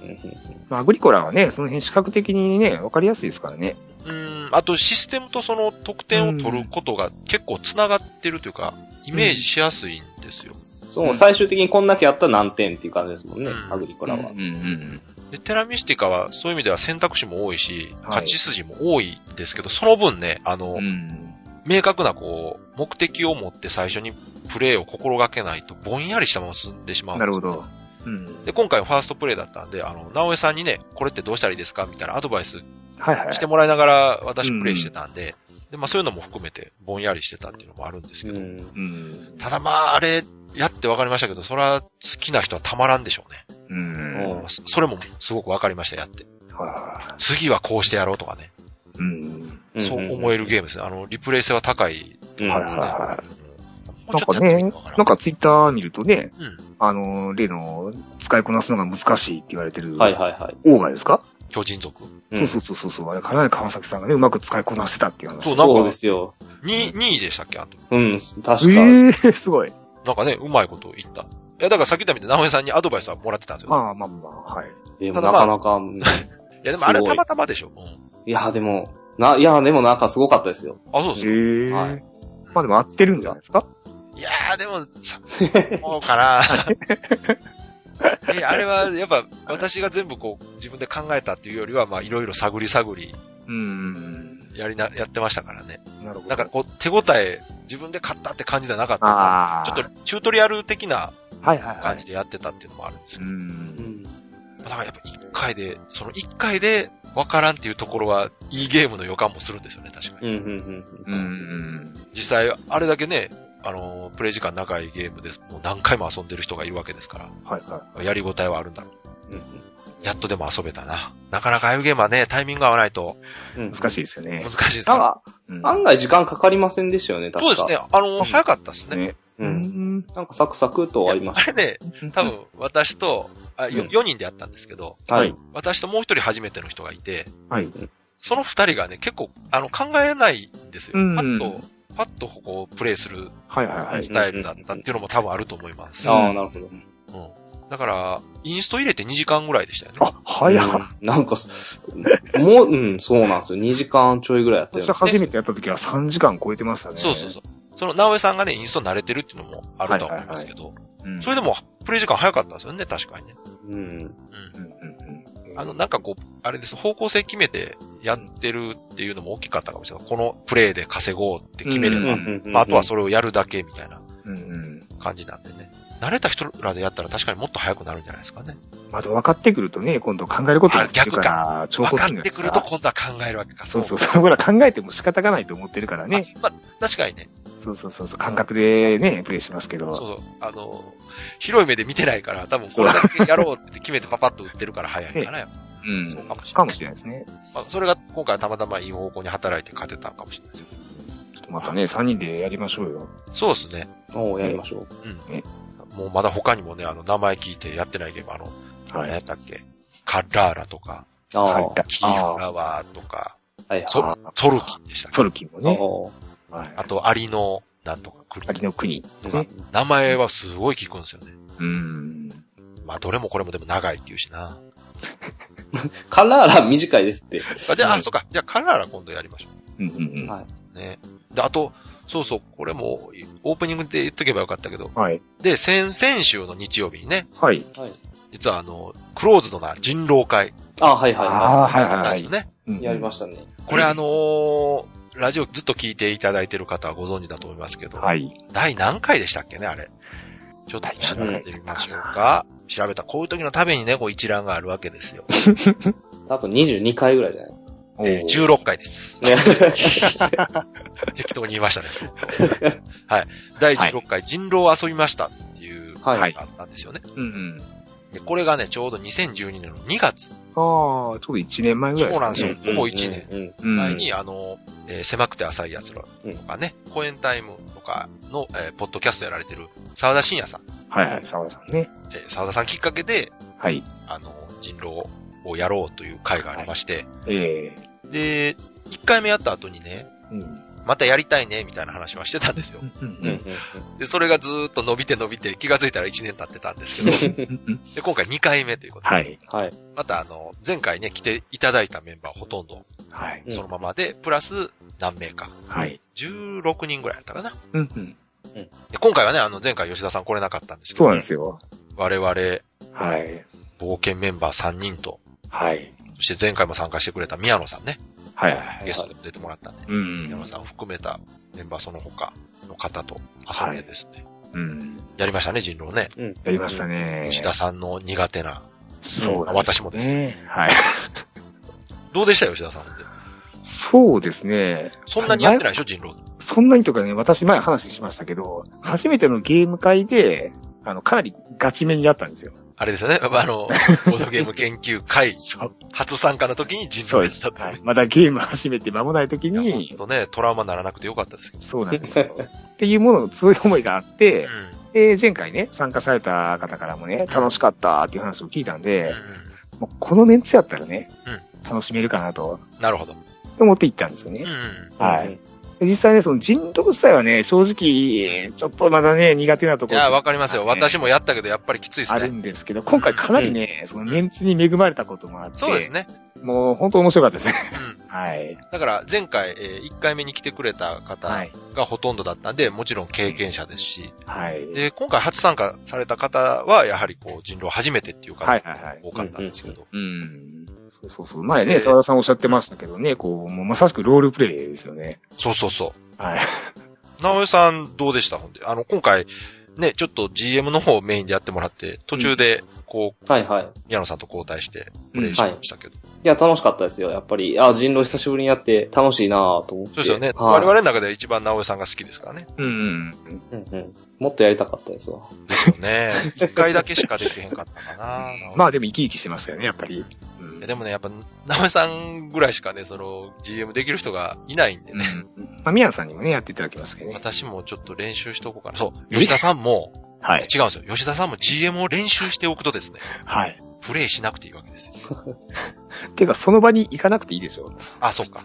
Speaker 2: まあ、アグリコラはね、その辺視覚的にね、わかりやすいですからね。
Speaker 1: うん、あとシステムとその得点を取ることが結構繋がってるというか、イメージしやすいんですよ。
Speaker 3: そう、最終的にこんだけやったら何点っていう感じですもんね
Speaker 1: う、ん
Speaker 3: アグリコ
Speaker 2: こ
Speaker 3: ラは
Speaker 2: うん。うん
Speaker 1: で、テラミスティカはそういう意味では選択肢も多いし、
Speaker 2: い
Speaker 1: 勝ち筋も多いんですけど、その分ね、あの、
Speaker 2: うん。うん。
Speaker 1: 明確なこう、目的を持って最初にプレイを心がけないと、ぼんやりしたまま進んでしまうんで
Speaker 2: な
Speaker 1: す
Speaker 2: る
Speaker 1: よ
Speaker 2: ほど。うん。
Speaker 1: で、今回はファーストプレイだったんで、あの、直江さんにね、これってどうしたらいいですかみたいなアドバイス
Speaker 2: はいはい。
Speaker 1: してもらいながら私プレイしてたんで、で、まあそういうのも含めてぼんやりしてたっていうのもあるんですけ
Speaker 3: う
Speaker 1: ど、
Speaker 3: ん
Speaker 2: うん。
Speaker 1: ただまああれ、やってわかりましたけど、それは好きな人はたまらんでしょうね。
Speaker 2: うん。
Speaker 3: うん
Speaker 1: うんそれもすごくわかりました、やって。
Speaker 2: は
Speaker 1: 次はこうしてやろうとかね。
Speaker 2: い。うん。
Speaker 1: そう思えるゲームですね。あの、リプレイ性は高い
Speaker 3: うん
Speaker 2: はい
Speaker 1: です
Speaker 2: は
Speaker 1: ね。う
Speaker 2: い
Speaker 1: んもう
Speaker 2: な
Speaker 1: ちょ
Speaker 2: ん
Speaker 1: っと
Speaker 2: か
Speaker 1: やってみる
Speaker 2: ね、なん
Speaker 1: のかな。
Speaker 2: かツイッター見るとね、
Speaker 1: うん。
Speaker 2: あの、例の使いこなすのが難しいって言われてる、
Speaker 3: はいはいは
Speaker 2: オーガですか、
Speaker 1: 巨人族。
Speaker 3: い。。
Speaker 2: そうそうそうそう。あれ、かなり川崎さんがね、うまく使いこなしてたっていう話。
Speaker 1: そううんなんか
Speaker 3: そうですよ。
Speaker 1: 2、2位でしたっけあと。
Speaker 3: うん、確か。
Speaker 2: ええー、すごい。
Speaker 1: なんかね、うまいこと言った。いや、だからさっき言ったみたいに直江さんにアドバイスはもらってたんですよ。
Speaker 2: まあまあまあ、はい。
Speaker 3: で
Speaker 1: た
Speaker 3: も
Speaker 1: だ
Speaker 3: な
Speaker 1: まあ
Speaker 3: かなか、うん
Speaker 1: いや、でもあれ
Speaker 3: すごい
Speaker 1: たまたまでしょ。うん。
Speaker 3: いや、でも、な、いや、でもなんかすごかったですよ。
Speaker 1: あ、そうで
Speaker 2: ええ
Speaker 1: すか。
Speaker 2: ー
Speaker 3: はい
Speaker 2: まあでも合ってるんじゃないですか
Speaker 1: いやー、でも、さ、そうかなえ、あれは、やっぱ、私が全部こう、自分で考えたっていうよりは、まあ、いろいろ探り探り、
Speaker 2: うん。
Speaker 1: やりな、やってましたからね。
Speaker 2: なるほど。
Speaker 1: なんか、こう、手応え、自分で買ったって感じじゃなかったか
Speaker 2: ああ。
Speaker 1: ら。ちょっと、チュートリアル的な
Speaker 2: と、はいはいは
Speaker 1: 感
Speaker 2: い
Speaker 1: じ。でやってたっていうのもあるんです
Speaker 2: う
Speaker 1: け
Speaker 2: ん。
Speaker 3: ん。
Speaker 1: ど。だから、やっぱ、一回で、その一回で、わからんっていうところは、いいゲームの予感もするんですよね、確かに。
Speaker 3: うん、うん、
Speaker 2: う
Speaker 3: うん。
Speaker 2: ん。
Speaker 1: 実際、あれだけね、あのー、プレイ時間長いゲームです。もう何回も遊んでる人がいるわけですか
Speaker 2: はいは
Speaker 1: ら、やりごたえはあるんだろう。
Speaker 3: うん
Speaker 1: やっとでも遊べたな。なかなかああいうゲームはね、タイミング合わないと
Speaker 3: うん
Speaker 2: い。難しいですよね
Speaker 1: 難。しいですか
Speaker 3: な
Speaker 1: ら。
Speaker 3: んか、案外時間かかりませんでしたよね、確
Speaker 1: そう
Speaker 3: か。
Speaker 1: ですね。あの
Speaker 2: ん
Speaker 1: ー、早かったですね。
Speaker 2: ね。
Speaker 3: う。
Speaker 2: うんん。
Speaker 3: なんかサクサクと終わりま
Speaker 1: あ
Speaker 3: し
Speaker 1: れね、多。分私と、あ
Speaker 3: うん
Speaker 1: 4人でやったんですけど、
Speaker 3: た。はい。
Speaker 1: 私ともう一人初めての人がいて、
Speaker 2: はい。
Speaker 1: その二人がね、結構、あの、考えないんですよ。
Speaker 2: うん
Speaker 1: パッと、パッとこう、プレイする
Speaker 2: はいはいはい。
Speaker 1: スタイルだったっていうのも多分あると思います。
Speaker 3: ああ、なるほど。
Speaker 1: うん。だから、インスト入れて2時間ぐらいでしたよね。
Speaker 2: あ、早っ。
Speaker 3: うんなんかす、もう、うん、そうなんですよ。2時間ちょいぐらいやった
Speaker 2: 私
Speaker 3: よ
Speaker 2: が。初めてやった時は3時間超えてましたね。
Speaker 1: そうそうそう。その、直江さんがね、インスト慣れてるっていうのもあるとは思いますけど、
Speaker 2: うん。
Speaker 1: それでも、プレイ時間早かったんですよね、確かにね。
Speaker 3: うん。
Speaker 1: う。
Speaker 2: うんんうんうん。
Speaker 1: あの、なんかこう、あれです、方向性決めてやってるっていうのも大きかったかもしれない。このプレイで稼ごうって決めれ
Speaker 2: うん
Speaker 1: ば、まあ、あとはそれをやるだけみたいな
Speaker 2: うんうん。
Speaker 1: 感じなんでね。慣れた人らでやったら確かにもっと早くなるんじゃないですかね。
Speaker 2: まあ、でも分かってくるとね、今度考えることができるから、調
Speaker 1: 分
Speaker 2: 子
Speaker 1: か
Speaker 2: するん
Speaker 1: っ
Speaker 2: じ
Speaker 1: てく
Speaker 2: ゃ
Speaker 1: る
Speaker 2: ないです
Speaker 1: と今度は考えるわけか。
Speaker 2: そうそう、そのぐらい考えても仕方がないと思ってるからね。
Speaker 1: あまあ、確かにね。
Speaker 2: そうそうそうそう、感覚でね、プレイしますけど。
Speaker 1: そうそう。あの、広い目で見てないから、多分これだけやろうって決めてパパッと打ってるから早いんかな。やっぱ
Speaker 2: うん。
Speaker 1: そうかもしれ
Speaker 2: か
Speaker 1: ない
Speaker 2: も。しれないですね。
Speaker 1: まあ、それが今回はたまたまいい方向に働いて勝てたのかもしれないですよ。
Speaker 2: ちょっとまたね、3人でやりましょうよ。
Speaker 1: そうですね。
Speaker 3: おーやりましょう。
Speaker 1: もうまだ他にもね、あの、名前聞いてやってないゲーム、あの、
Speaker 2: は
Speaker 1: 何や
Speaker 2: い。
Speaker 1: ったっけカッラーラとか、
Speaker 3: ああ、
Speaker 2: は
Speaker 3: はいい
Speaker 1: キーフラワーとか、
Speaker 3: はい。
Speaker 1: ソ
Speaker 2: あ
Speaker 1: ソルキンでしたっけ
Speaker 2: ソルキンもね。
Speaker 3: おー
Speaker 2: はい
Speaker 1: あと、アリの、なんとか、クリ
Speaker 2: 秋の国とか。
Speaker 1: 名前はすごい聞くんですよね。
Speaker 2: うん。
Speaker 1: まあ、どれもこれもでも長いっていうしな。
Speaker 3: カラーラ短いですって。
Speaker 1: あじゃあ、
Speaker 2: う
Speaker 1: あ、
Speaker 2: ん
Speaker 1: そっか。じゃあ、カラーラ今度やりましょ
Speaker 2: うんうん
Speaker 3: は
Speaker 1: う。ね。で、あと、そうそう、これも、オープニングで言っとけばよかったけど、
Speaker 2: うん。はい。
Speaker 1: で、先々週の日曜日にね、
Speaker 2: はい。
Speaker 3: はい。
Speaker 1: 実はあの、クローズドな人狼会
Speaker 3: あ、はいはい
Speaker 2: ああ、
Speaker 3: は
Speaker 2: はいは
Speaker 1: なんで
Speaker 2: い
Speaker 1: すよね。
Speaker 2: はい。
Speaker 3: い。やりま
Speaker 2: し
Speaker 3: したね。
Speaker 1: これあのーラジオずっと聞いていただいてる方はご存知だと思いますけど、
Speaker 2: はい。
Speaker 1: 第何回でしたっけね、あれ。ちょっと調べてみましょうか。調べた。こういう時のためにね、こう一覧があるわけですよ。
Speaker 3: 多分22回ぐらいじゃないです
Speaker 2: お
Speaker 1: えー
Speaker 2: ー
Speaker 1: 16回です。
Speaker 3: かね。
Speaker 1: 適当に言いましたね、そう。はい。第16回、人狼を遊びましたっていう回があったんですよね。
Speaker 2: うんうん。
Speaker 1: で、これがね、ちょうど2012年の2月
Speaker 2: ああ、ちょうど1年前ぐらい
Speaker 1: そうなんですよ
Speaker 3: うん
Speaker 1: ほぼ一年。
Speaker 3: うん
Speaker 2: うん
Speaker 1: 前に、あの、えー狭くて浅い奴らとかね、公演タイムとかの、えーポッドキャストやられてる沢田信也さん。
Speaker 2: はいはい、沢田さんね。
Speaker 1: えー沢田さんきっかけで、
Speaker 2: はい。
Speaker 1: あの、人狼をやろうという会がありまして、
Speaker 2: ええ。
Speaker 1: で、1回目やった後にね、
Speaker 2: うん。
Speaker 1: またやりたいね、みたいな話はしてたんですよ。
Speaker 3: うんうん
Speaker 1: で、それがずーっと伸びて伸びて、気がついたら1年経ってたんですけど、
Speaker 3: うん
Speaker 1: で、今回2回目ということで、
Speaker 2: はい。
Speaker 3: はい。
Speaker 1: またあの、前回ね、来ていただいたメンバーほとんど
Speaker 2: はい。
Speaker 1: そのままで、プラス何名か、
Speaker 2: はい。
Speaker 1: 16人ぐらいだったかな。
Speaker 2: うんうん。
Speaker 1: で今回はね、あの、前回吉田さん来れなかったんですけ
Speaker 2: そう
Speaker 1: ど、
Speaker 2: なんですよ。
Speaker 1: 我々、
Speaker 2: はい。
Speaker 1: 冒険メンバー3人と、
Speaker 2: はい。
Speaker 1: そして前回も参加してくれた宮野さんね、
Speaker 2: はいはい。
Speaker 1: ゲストでも出てもらったんで、
Speaker 2: うん
Speaker 1: 宮野さんを含めたメンバーその他の方と遊んでですね、
Speaker 2: うん。
Speaker 1: やりましたね、人狼ね。
Speaker 3: うん
Speaker 2: やりました。ね。
Speaker 1: 吉田さんの苦手な、
Speaker 2: そうなん
Speaker 1: 私もですけど、
Speaker 2: ね。はい。
Speaker 1: どうでした吉田さんって。
Speaker 2: そうですね。
Speaker 1: そんなにやってないでしょ、人狼。
Speaker 2: そんなにとかね、私前話しましたけど、初めてのゲーム会で、あの、かなりガチめになったんですよ。
Speaker 1: あれですよね、あの、ボードゲーム研究会、
Speaker 2: [laughs] そう。
Speaker 1: 初参加の時に人
Speaker 2: そう
Speaker 1: 狼
Speaker 2: で
Speaker 1: やった
Speaker 2: す。
Speaker 1: って
Speaker 2: は
Speaker 1: ね
Speaker 2: い。まだゲーム始めて間もない時
Speaker 1: いや。ほん
Speaker 2: に、
Speaker 1: とね、トラウマにならなくてよかったですけど。
Speaker 2: そうなんですよ。っていうものの強い思いがあって、
Speaker 1: う
Speaker 2: で、前回ね、参加された方からもね、楽しかったっていう話を聞いたん
Speaker 1: ん。
Speaker 2: で、
Speaker 1: う
Speaker 2: もうこのメンツやったらね、楽しめるかなと
Speaker 1: んなるほど。
Speaker 2: 思って行ったんですよね
Speaker 1: うん。。
Speaker 2: はい。で実際ね、その人狼自体はね、正直、ちょっとまだね、苦手なとこ
Speaker 1: い
Speaker 2: ろ
Speaker 1: や、わかりますよ。
Speaker 2: はい
Speaker 1: 私もやったけど、やっぱりきついです
Speaker 2: ある
Speaker 1: ね。
Speaker 2: んですけど、今回かなりね、そのメンツに恵まれたこともあって、
Speaker 1: そうですね。
Speaker 2: もう本当面白かったですね。
Speaker 1: うん。
Speaker 2: はい。
Speaker 1: だから、前回、え1回目に来てくれた
Speaker 2: は
Speaker 1: 方
Speaker 2: い。
Speaker 1: がほとんどだったんで、もちろん経験者ですし、
Speaker 2: はい。
Speaker 1: で、今回初参加された方は、やはりこう、人狼初めてっていう方
Speaker 2: はい
Speaker 1: が
Speaker 2: はいはい
Speaker 1: 多かったんですけど、
Speaker 2: うん。そうそうそう。前ね、
Speaker 1: で
Speaker 2: 沢田さんおっしゃってましたけどね、こう、もうまさしくロールプレイですよね。
Speaker 1: そうそうそ
Speaker 2: はい。
Speaker 1: う。直江さん、どうでしたほんで。あの、今回、ね、ちょっと GM の方をメインでやってもらって、途中で、こう、
Speaker 3: はいはい。
Speaker 1: 宮野さんと交代して、プレイしましたけど。
Speaker 3: いや、楽しかったですよ。やっぱり、あ、人狼久しぶりにやって楽しいなぁと思っ
Speaker 1: そ
Speaker 3: て。
Speaker 1: うですよね。
Speaker 3: は
Speaker 1: 我
Speaker 3: い
Speaker 1: 々の中では一番直江さんが好きですからね。
Speaker 2: うんうん。
Speaker 3: うんうん。もっとやりたかったですわ。
Speaker 1: ですよね。一回だけしかできへんかったかな。
Speaker 2: [laughs]
Speaker 1: 直江さん
Speaker 2: まあでも生き生きしてましたよね、やっぱり。うん
Speaker 1: いやでもね、やっぱ、ナメさんぐらいしかね、その、GM できる人がいないんでね。
Speaker 2: うんまあ、宮野さんにもね、やっていただきましたけどね。
Speaker 1: 私もちょっと練習しておこうかな。そう、吉田さんも、
Speaker 2: は
Speaker 1: 違うんですよ。吉田さんも GM を練習しておくとですね、
Speaker 2: はい。
Speaker 1: プレイしなくていいわけですよ。
Speaker 2: ていうか、その場に行かなくていいでしょ。
Speaker 1: あ、そっか。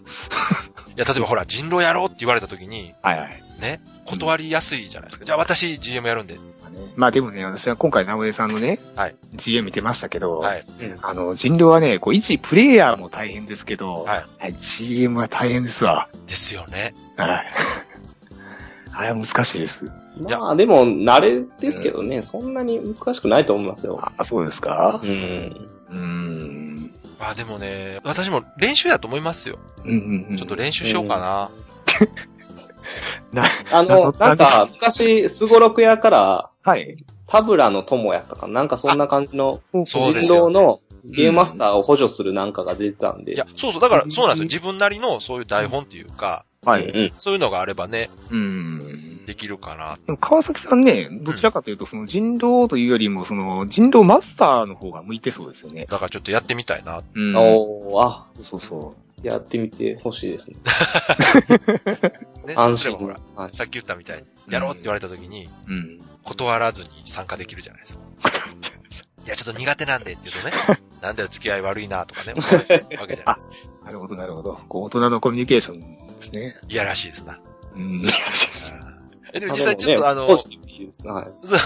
Speaker 1: いや、例えばほら、人狼やろうって言われた時に、
Speaker 2: はいはい。
Speaker 1: ね、断りやすいじゃないですか。じゃあ私 GM やるんで。
Speaker 2: まあねまあでもね、私は今回、直江さんのね、
Speaker 1: はい
Speaker 2: GM 見てましたけど、
Speaker 1: はい。
Speaker 3: うん。
Speaker 2: あの、人狼はね、こう、一プレイヤーも大変ですけど、
Speaker 1: はい
Speaker 2: い。GM は大変ですわ。
Speaker 1: ですよね。
Speaker 2: はい。 [laughs] あれは難しいです。
Speaker 3: まあ、でも、慣れですけどね、そんなに難しくないと思いますよ。
Speaker 2: あ、そうですか
Speaker 3: うん。
Speaker 2: うーん。
Speaker 1: あ、でもね、私も練習だと思いますよ。
Speaker 2: うんうんうん。
Speaker 1: ちょっと練習しようかな。
Speaker 3: あの、
Speaker 2: な
Speaker 3: なんん
Speaker 2: か
Speaker 3: か、昔、スゴロク屋から、
Speaker 2: はい。
Speaker 3: タブラの友やったかななんかそんな感じの、
Speaker 1: そうです
Speaker 3: 人
Speaker 1: よ
Speaker 3: 狼のゲームマスターを補助するなんかが出てたんで。
Speaker 1: いや、そうそう。だから、そうなんですよ。自分なりのそういう台本っていうか、
Speaker 2: は
Speaker 3: うん
Speaker 2: い。
Speaker 3: うん。
Speaker 1: そういうのがあればね、
Speaker 2: うん。
Speaker 1: できるかな。
Speaker 2: でも川崎さんね、どちらかというと、その人狼というよりも、その人狼マスターの方が向いてそうですよね。
Speaker 1: だからちょっとやってみたいな。
Speaker 2: うん
Speaker 3: おー、あ、
Speaker 2: そうそうそ
Speaker 3: やってみてほしいですね。
Speaker 1: ね、そう
Speaker 3: 安
Speaker 1: すれ
Speaker 3: 心
Speaker 1: ばほら、。
Speaker 3: はい。
Speaker 1: さっき言ったみたいに、やろうって言われた時に、
Speaker 2: う。うん。
Speaker 1: [laughs] 断らずに参加できるじゃないですか。いや、ちょっと苦手なんでって言うと [laughs] ね、なんだよ、付き合い悪いなと [laughs] かね、思われるわけじゃないですか。
Speaker 2: なるほど、なるほど。こう、大人のコミュニケーションですね。
Speaker 1: いやらしいですな。
Speaker 2: うん。よしです
Speaker 1: えでも実際ちょっとあの、
Speaker 3: ポジティブでいいですねはい。
Speaker 1: そう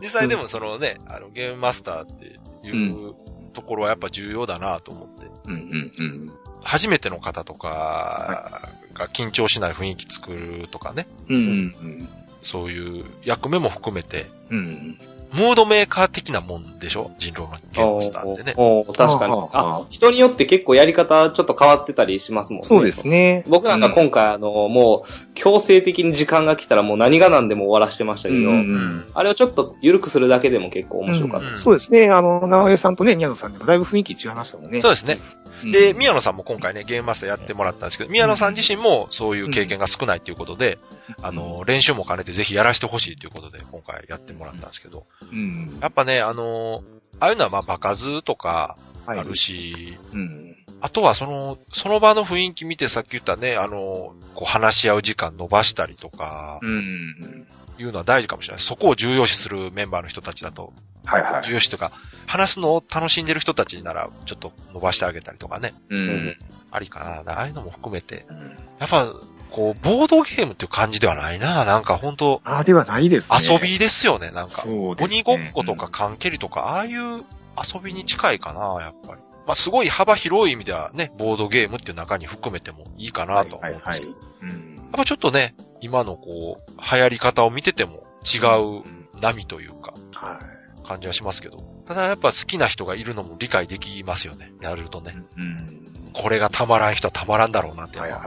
Speaker 1: 実際でもそのね、あの、ゲームマスターっていううところはやっぱ重要だなと思って。
Speaker 2: うん、うん、うん。
Speaker 1: 初めての方とかが緊張しない雰囲気作るとかね、
Speaker 2: うん、
Speaker 1: そういう役目も含めて、
Speaker 2: うん。うん。
Speaker 1: ムードメーカー的なもんでしょ人狼のゲームマスターってね。
Speaker 3: おーおー確かに
Speaker 2: あー。あ
Speaker 3: あ
Speaker 2: ー、
Speaker 3: 人によって結構やり方ちょっと変わってたりしますもんね。
Speaker 2: そうですね。
Speaker 3: 僕なんか今回あの、もう強制的に時間が来たらもう何が何でも終わらしてましたけど、
Speaker 2: うんうん
Speaker 3: あれをちょっと緩くするだけでも結構面白かった
Speaker 1: うん
Speaker 2: そうですね。あの、長江さんとね、宮野さんでもだいぶ雰囲気違いましたもんね。
Speaker 1: そう
Speaker 2: う
Speaker 1: ですね。
Speaker 2: ん
Speaker 1: で、、宮野さんも今回ね、ゲームマスターやってもらったんですけど、宮野さん自身もそういう経験が少ないということで、あの、練習も兼ねてぜひやらせてほしいということで、今回やってもらったんですけど、
Speaker 2: うん。
Speaker 1: やっぱね、あの、ああいうのはまあ、場数とか
Speaker 2: は
Speaker 1: あるし、
Speaker 2: うん。
Speaker 1: あとはその、その場の雰囲気見てさっき言ったね、あの、こう話し合う時間伸ばしたりとか
Speaker 2: う、ん。
Speaker 1: いうのは大事かもしれない。そこを重要視するメンバーの人たちだと、
Speaker 2: はいはい。
Speaker 1: 重要視というか、話すのを楽しんでる人たちなら、ちょっと伸ばしてあげたりとかね、
Speaker 2: うん。
Speaker 1: ありかな。ああいうのも含めて、やっぱ、こう、ボードゲームっていう感じではないな。なんか本当
Speaker 2: ああ、ではないですね。
Speaker 1: 遊びですよね、なんか。
Speaker 2: そうです
Speaker 1: 鬼
Speaker 2: ね
Speaker 1: ごっことか。缶蹴りとか、ああいう遊びに近いかな、やっぱり。まあ、すごい幅広い意味ではね、ボードゲームっていう中に含めてもいいかなとは
Speaker 2: はい
Speaker 1: 思うんで
Speaker 2: は
Speaker 1: す
Speaker 2: い
Speaker 1: けど。。
Speaker 2: うん
Speaker 1: やっぱちょっとね、今のこう、流行り方を見てても違う。波というか、
Speaker 2: は
Speaker 1: 感じはしますけど。ただやっぱ好きな人がいるのも理解できますよね。やると
Speaker 2: い
Speaker 1: ね。。
Speaker 2: うん。
Speaker 1: これがたまらん人はたまらんだろうなって。
Speaker 2: はいはい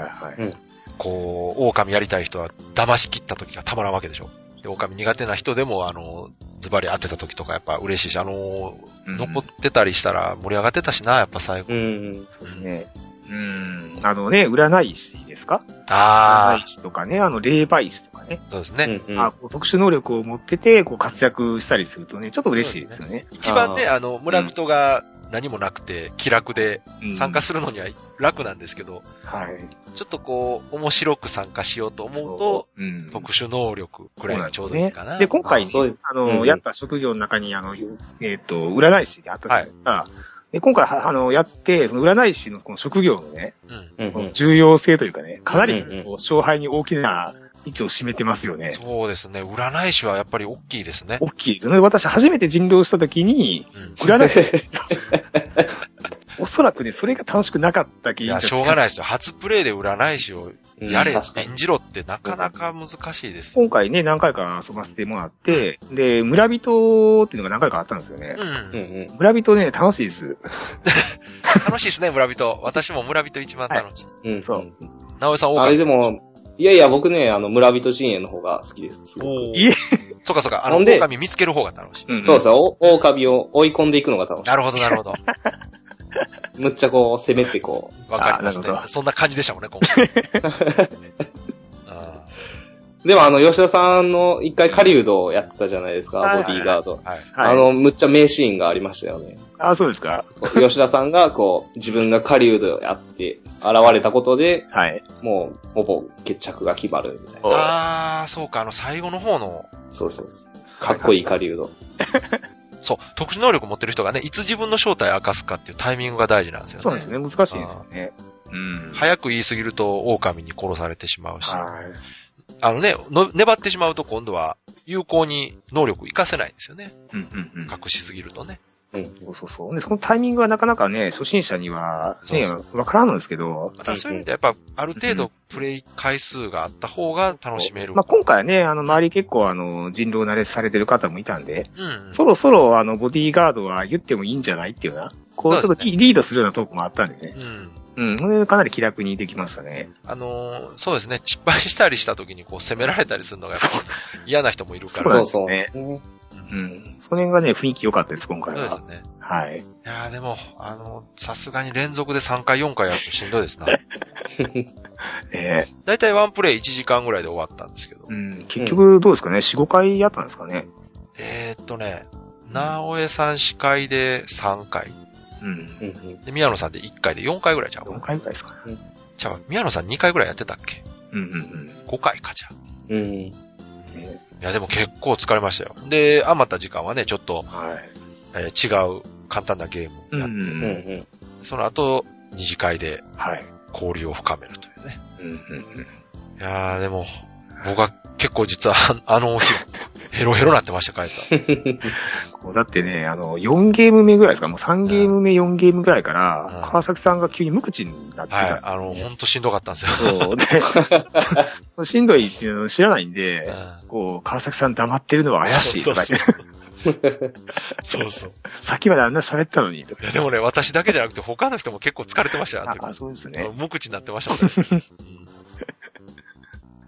Speaker 2: はい。
Speaker 1: こう、狼やりたい人は騙し切った時がたまらんわけでしょ。で、狼苦手な人でも、あの、ズバリ当てた時とかやっぱ嬉しいし、あの、
Speaker 2: うん
Speaker 1: 残ってたりしたら盛り上がってたしな、やっぱ最後。
Speaker 3: うん。うん。
Speaker 2: そうですね。うん。あのね、占い師ですか占
Speaker 1: あ
Speaker 2: い師とかね、あの、霊媒師とかね。
Speaker 1: あ、そうですね。
Speaker 3: うん
Speaker 2: あこう特殊能力を持ってて、こう活躍したりするとね、ちょっと嬉しいですよね。
Speaker 1: 一番ね、
Speaker 3: あ
Speaker 1: あの、村人が何もなくて気楽で
Speaker 2: うん
Speaker 1: 参加するのには楽なんですけど、
Speaker 2: はい。
Speaker 1: ちょっとこう、面白く参加しようと思うと、
Speaker 2: そう、うん
Speaker 1: 特殊能力くらいがちょうどいいかな。
Speaker 2: で、今回、
Speaker 3: あそうい
Speaker 2: ね
Speaker 3: う、
Speaker 2: あ
Speaker 3: うんう
Speaker 2: の、
Speaker 3: ん
Speaker 2: やった職業の中に、あの、えっと、占い師であったじゃないですか。で、今回、はあの、やって、その占い師のこの職業のね、
Speaker 1: うん。
Speaker 3: うんうん
Speaker 2: 重要性というかね、かなり
Speaker 3: うんうん
Speaker 2: こう勝敗に大きな位置を占めてますよね。
Speaker 1: そうですね。占い師はやっぱり大きいですね。
Speaker 2: 大きいですよね。私、初めて人狼した時に、
Speaker 1: うん。
Speaker 2: 占い師ですよ [laughs] おそらくね、それが楽しくなかった気
Speaker 1: い
Speaker 2: が
Speaker 1: や、しょうがないですよ。初プレイで占い師をやれ、
Speaker 3: うん確かに
Speaker 1: 演じろってなかなか難しいですよ。
Speaker 2: 今回ね、何回か遊ばせてもらって、で、村人っていうのが何回かあったんですよね
Speaker 1: う。
Speaker 3: うん
Speaker 1: ん。
Speaker 3: うん。
Speaker 2: 村人ね、楽しいです。
Speaker 1: 楽しいですね、村人。私も村人一番楽しい。
Speaker 3: うん
Speaker 2: そう。
Speaker 1: なおさん、多
Speaker 3: あ
Speaker 1: かっ
Speaker 3: れ
Speaker 1: た
Speaker 3: でも、いやいや、僕ね、あの、村人陣営の方が好きです。すごく
Speaker 1: おー
Speaker 2: いえ
Speaker 1: そうかそうか。あの、
Speaker 3: ほんで
Speaker 1: 狼見つける方が楽しい。
Speaker 3: そう
Speaker 2: す。
Speaker 3: そう、お狼を追い込んでいくのが楽し
Speaker 1: なるほど、なるほど。
Speaker 3: い。むっちゃこう、攻めてこ
Speaker 1: わかりますね
Speaker 2: あなるほ。ど
Speaker 1: そんな感じでしたもんね、今回。あ
Speaker 3: う。でもあの、吉田さんの一回狩人をやってたじゃないですか、
Speaker 2: はい
Speaker 3: ボディーガード。
Speaker 1: ーはい。
Speaker 2: はい
Speaker 3: あ、の、むっちゃ名シーンがありましたよね。
Speaker 2: あ、そうですか。
Speaker 3: こう吉田さんが、こう、自分が狩人をやって、現れたことで、
Speaker 2: はい。
Speaker 3: もう、ほぼ決着が決まるみたいな。
Speaker 2: お
Speaker 1: あー、そうか、あの、最後の方の、
Speaker 3: そうそうそう。かっこいい狩人。
Speaker 1: そう、特殊能力持ってる人がね、いつ自分の正体を明かすかっていうタイミングが大事なんですよね。
Speaker 2: そうですね。難しいですよね。うん。
Speaker 1: 早く言いすぎると、狼に殺されてしまうし。
Speaker 2: はい。
Speaker 1: あのね、の粘ってしまうと今度は有効に能力活かせないんですよね。
Speaker 2: うんうんうん。
Speaker 1: 隠しすぎるとね。
Speaker 3: うん。
Speaker 2: そうそうそう。で、そのタイミングはなかなかね、初心者には、ね
Speaker 1: そう、
Speaker 2: わからんのですけど、
Speaker 1: またそういう意味でやっぱある程度プレイ回数があった方が楽しめる。
Speaker 2: まあ、今回はね、あの、周り結構、あの、人狼慣れされてる方もいたんで、
Speaker 1: うん。
Speaker 2: そろそろ、あの、ボディーガードは言ってもいいんじゃないっていうような、こう、ちょっ
Speaker 1: そう
Speaker 2: と
Speaker 1: ですね
Speaker 2: リリードするようなトークもあったんでね。
Speaker 1: うん。
Speaker 2: うん。それでかなり気楽にできましたね。
Speaker 1: あのーそうですね。失敗したりした時にこう攻められたりするのがやっぱり嫌な人もいるから。
Speaker 2: そう
Speaker 3: そ
Speaker 2: です
Speaker 3: うそう。
Speaker 2: ね
Speaker 3: ね
Speaker 1: う
Speaker 2: う
Speaker 1: ん
Speaker 2: ん。その辺がね、雰囲気良かったです、今回
Speaker 1: そうです
Speaker 2: は。
Speaker 1: ね。
Speaker 2: はい。
Speaker 1: いやーでも、あのーさすがに連続で3回4回やるとしんどいですな。
Speaker 2: ええ
Speaker 1: だいたいワンプレイ1時間ぐらいで終わったんですけど。
Speaker 2: うん。結局、どうですかね ?4、5回やったんですかね。
Speaker 1: えー、っとね、直江さん司会で3回。
Speaker 2: うん
Speaker 3: う。ん
Speaker 1: で、宮野さんで1回で4回ぐらいちゃうか
Speaker 2: 4
Speaker 1: な。
Speaker 2: 回ぐらいですかね。
Speaker 1: ちゃう、宮野さん2回ぐらいやってたっけ
Speaker 2: うんうん
Speaker 1: 5回かじゃあ。
Speaker 3: うん。うん。
Speaker 2: うん。ね
Speaker 1: いや、でも結構疲れましたよ。で、余った時間はね、ちょっと、
Speaker 2: はい。
Speaker 1: えー違う簡単なゲームをやって、
Speaker 3: うんうん。
Speaker 1: その後、二次会で
Speaker 2: はい。
Speaker 1: 交流を深めるというね。
Speaker 2: うんうん
Speaker 1: いやー、でも、僕は結構実は、ああの日、ヘロヘロなってました、帰った。
Speaker 2: うん、だってね、あの、4ゲーム目ぐらいですか、もう3ゲーム目、4ゲームぐらいか
Speaker 1: うん
Speaker 2: ら、川崎さんが急に無口になって
Speaker 1: はい
Speaker 2: [laughs] た。。
Speaker 1: あの、ほんとしんどかったんですよ。
Speaker 2: そうで、 [laughs] しんどいっていうのを知らないんで、
Speaker 1: うん
Speaker 2: こう、川崎さん黙ってるのは怪しい
Speaker 1: そ
Speaker 2: と
Speaker 1: う
Speaker 2: か
Speaker 1: そう
Speaker 2: 言って、
Speaker 1: そう。
Speaker 2: [laughs]
Speaker 1: そうそう。
Speaker 2: さっきまであんな喋ってたのに、とか
Speaker 1: いや、でもね、私だけじゃなくて、他の人も結構疲れてましたよ、あの時
Speaker 2: あ、そうですね。
Speaker 1: 無口になってましたもんね。うん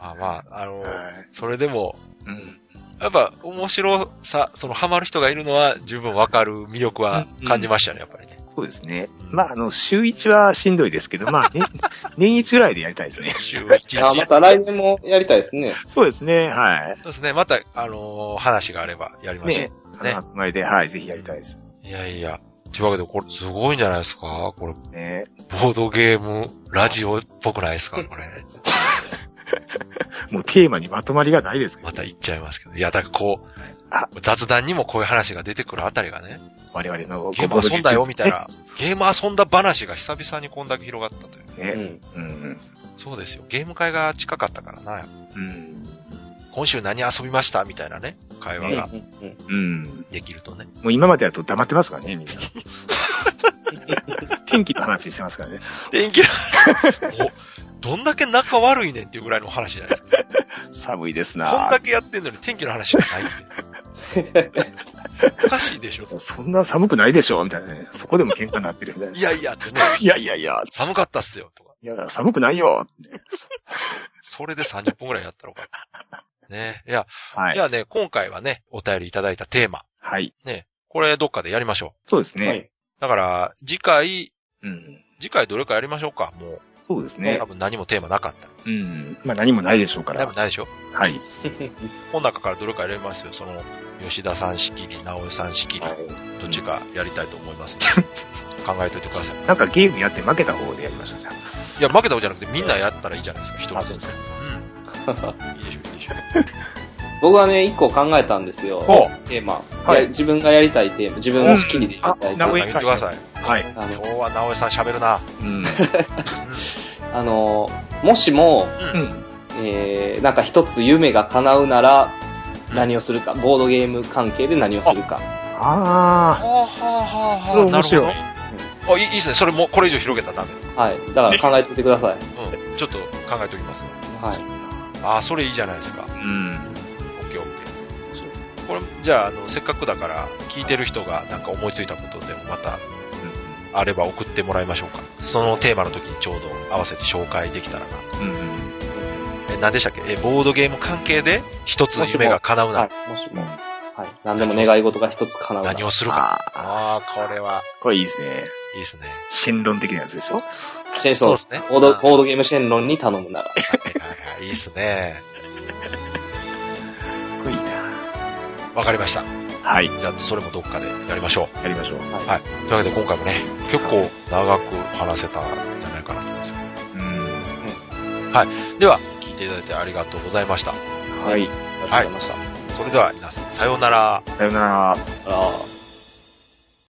Speaker 1: まあまあ、あの、
Speaker 2: はい。
Speaker 1: それでも、
Speaker 2: うん。
Speaker 1: やっぱ面白さ、そのハマる人がいるのは十分わかる魅力は感じましたね、やっぱりね。
Speaker 2: そうですね
Speaker 1: う。ん
Speaker 2: まあ、あの、週1はしんどいですけど、まあ、
Speaker 1: [laughs]
Speaker 2: ね、年1ぐらいでやりたいですね。
Speaker 1: 週一日。
Speaker 3: あ、また来年もやりたいですね。
Speaker 2: そうですね、は
Speaker 1: そうですね。また、あのー話があればやり
Speaker 2: い。
Speaker 1: ましょう
Speaker 2: ね。、あの、集まりで、はい、ぜひやりたいです。
Speaker 1: いやいや。というわけで、これすごいんじゃないですかこれ、
Speaker 2: ね。
Speaker 1: ボードゲーム、ラジオっぽくないですかこれ。
Speaker 2: もうテーマにまとまりがないですけど
Speaker 1: ま、た言っちゃいますけど。いや、だからこう
Speaker 2: あ、
Speaker 1: 雑談にもこういう話が出てくるあたりがね、
Speaker 2: 我々の
Speaker 1: ゲーム遊んだよ、みたい
Speaker 2: な。
Speaker 1: な、ゲーム遊んだ話が久々にこんだけ広がったという。
Speaker 3: う
Speaker 2: ね。
Speaker 3: ん。
Speaker 2: うん。
Speaker 1: そうですよ。ゲーム会が近かったからな。
Speaker 2: うん。
Speaker 1: 今週何遊びましたみたいなね、会
Speaker 3: う
Speaker 1: 話
Speaker 3: んう
Speaker 1: が
Speaker 3: ん
Speaker 2: うん。
Speaker 1: できるとね。
Speaker 2: もう今までだと黙ってますからね、みん [laughs] な。天気の話してますからね。
Speaker 1: 電気おどんだけ仲悪いねんっていうぐらいの話じゃないですか。
Speaker 2: 寒いですな
Speaker 1: こんだけやってんのに天気の話がないって。おかしいでしょ。
Speaker 2: そんな寒くないでしょみたいなね。そこでも喧嘩になってるみたいな。
Speaker 1: いやいやってね、
Speaker 2: いやいやいや、
Speaker 1: 寒かったっすよ。とか。
Speaker 2: いや、寒くないよ。
Speaker 1: それで30分ぐらいやったのかな。ねいや、
Speaker 2: はい
Speaker 1: じ。ゃあね、今回はね、お便りいただいたテーマ。
Speaker 2: はい。
Speaker 1: ね、これどっかでやりましょ
Speaker 2: そうです
Speaker 3: うん。は
Speaker 2: ね。
Speaker 3: い。
Speaker 1: う。だから、次回、
Speaker 2: うん。
Speaker 1: 次回どれかやりましょうか。も
Speaker 2: そうです
Speaker 1: う、
Speaker 2: ね
Speaker 1: 多。分何もテーマなかった。
Speaker 2: うん。まあ何もないでしょうか
Speaker 1: 多分
Speaker 2: ら。
Speaker 1: ないでしょ
Speaker 2: はい。
Speaker 1: この中からどれか選びますよ。その、吉田さん式に、直江さん式に、
Speaker 2: はい
Speaker 1: どっちかやりたいと思いますの [laughs] で、考えといてください。
Speaker 2: なんかゲームやって負けた方でやりましょう。じゃ
Speaker 1: いや、負けた方じゃなくて、みんなやったらいいじゃないですか、一人
Speaker 2: あ
Speaker 1: ずつ。
Speaker 2: そう [laughs]
Speaker 1: うん。いいでしょ、いいでしょ。
Speaker 3: 僕はね、一個考えたんですよ。
Speaker 1: ほ
Speaker 3: テーマ。
Speaker 2: はい
Speaker 3: いや自分がやりたいテーマ。自分を仕切りでやりたいテー
Speaker 2: うん
Speaker 1: あ
Speaker 3: マ。
Speaker 1: 言ってください。
Speaker 2: あはい。
Speaker 3: あ
Speaker 1: 今
Speaker 3: の
Speaker 1: 日は直江さん喋るな。
Speaker 2: うん。
Speaker 3: あの、もしも、
Speaker 2: [laughs] うん。
Speaker 3: えー、なんか一つ夢が叶うなら、何をするか。ボードゲーム関係で何をするか。
Speaker 1: は
Speaker 2: あ
Speaker 1: あはあはあ
Speaker 2: そ
Speaker 1: は
Speaker 2: れ
Speaker 1: あ、な
Speaker 2: 面
Speaker 1: るほ
Speaker 2: 白い
Speaker 1: ど。あ、いいいいですね。それもうこれ以上広げたらダメ。
Speaker 3: はい。だから考えておいてください。
Speaker 1: うん。ちょっと考えておきます。
Speaker 3: はい。
Speaker 1: あ、それいいじゃないですか。
Speaker 2: あ。うん。
Speaker 1: オッケーオッケー。これ、じゃあ、あの、せっかくだから、聞いてる人がなんか思いついたことでもまた、あれば送ってもらいましょうか。そのテーマの時にちょうど合わせて紹介できたらなと。
Speaker 2: うん。うん。
Speaker 1: え、何でしたっけえ、ボードゲーム関係で一つ夢が叶うな
Speaker 3: は
Speaker 1: ら
Speaker 3: い。もしも。はい。何でも願い事が一つ叶うなら
Speaker 1: 何。をするか。
Speaker 2: ああ。
Speaker 1: ああー、これは、
Speaker 2: これいいですね。
Speaker 1: いいですね。
Speaker 2: 新論的なやつでしょ
Speaker 3: シェン
Speaker 1: そう
Speaker 3: ソ
Speaker 1: です
Speaker 3: ン
Speaker 1: ね。
Speaker 3: ボード、
Speaker 1: あー
Speaker 3: ボードゲームシェンロンに頼むなら。
Speaker 1: はいはいいいですね。
Speaker 2: すごいな。
Speaker 1: わかりました。
Speaker 2: はい。
Speaker 1: じゃあ、それもどっかでやりましょう。
Speaker 2: やりましょう。
Speaker 1: はい。というわけで今回もね、結構長く話せたんじゃないかなと思います。
Speaker 2: うん。
Speaker 1: では、聞いていただいてありがとうございました。
Speaker 2: はい。
Speaker 3: ありがとうございました。
Speaker 1: それでは皆さん、さようなら。
Speaker 2: さよなら。
Speaker 3: あら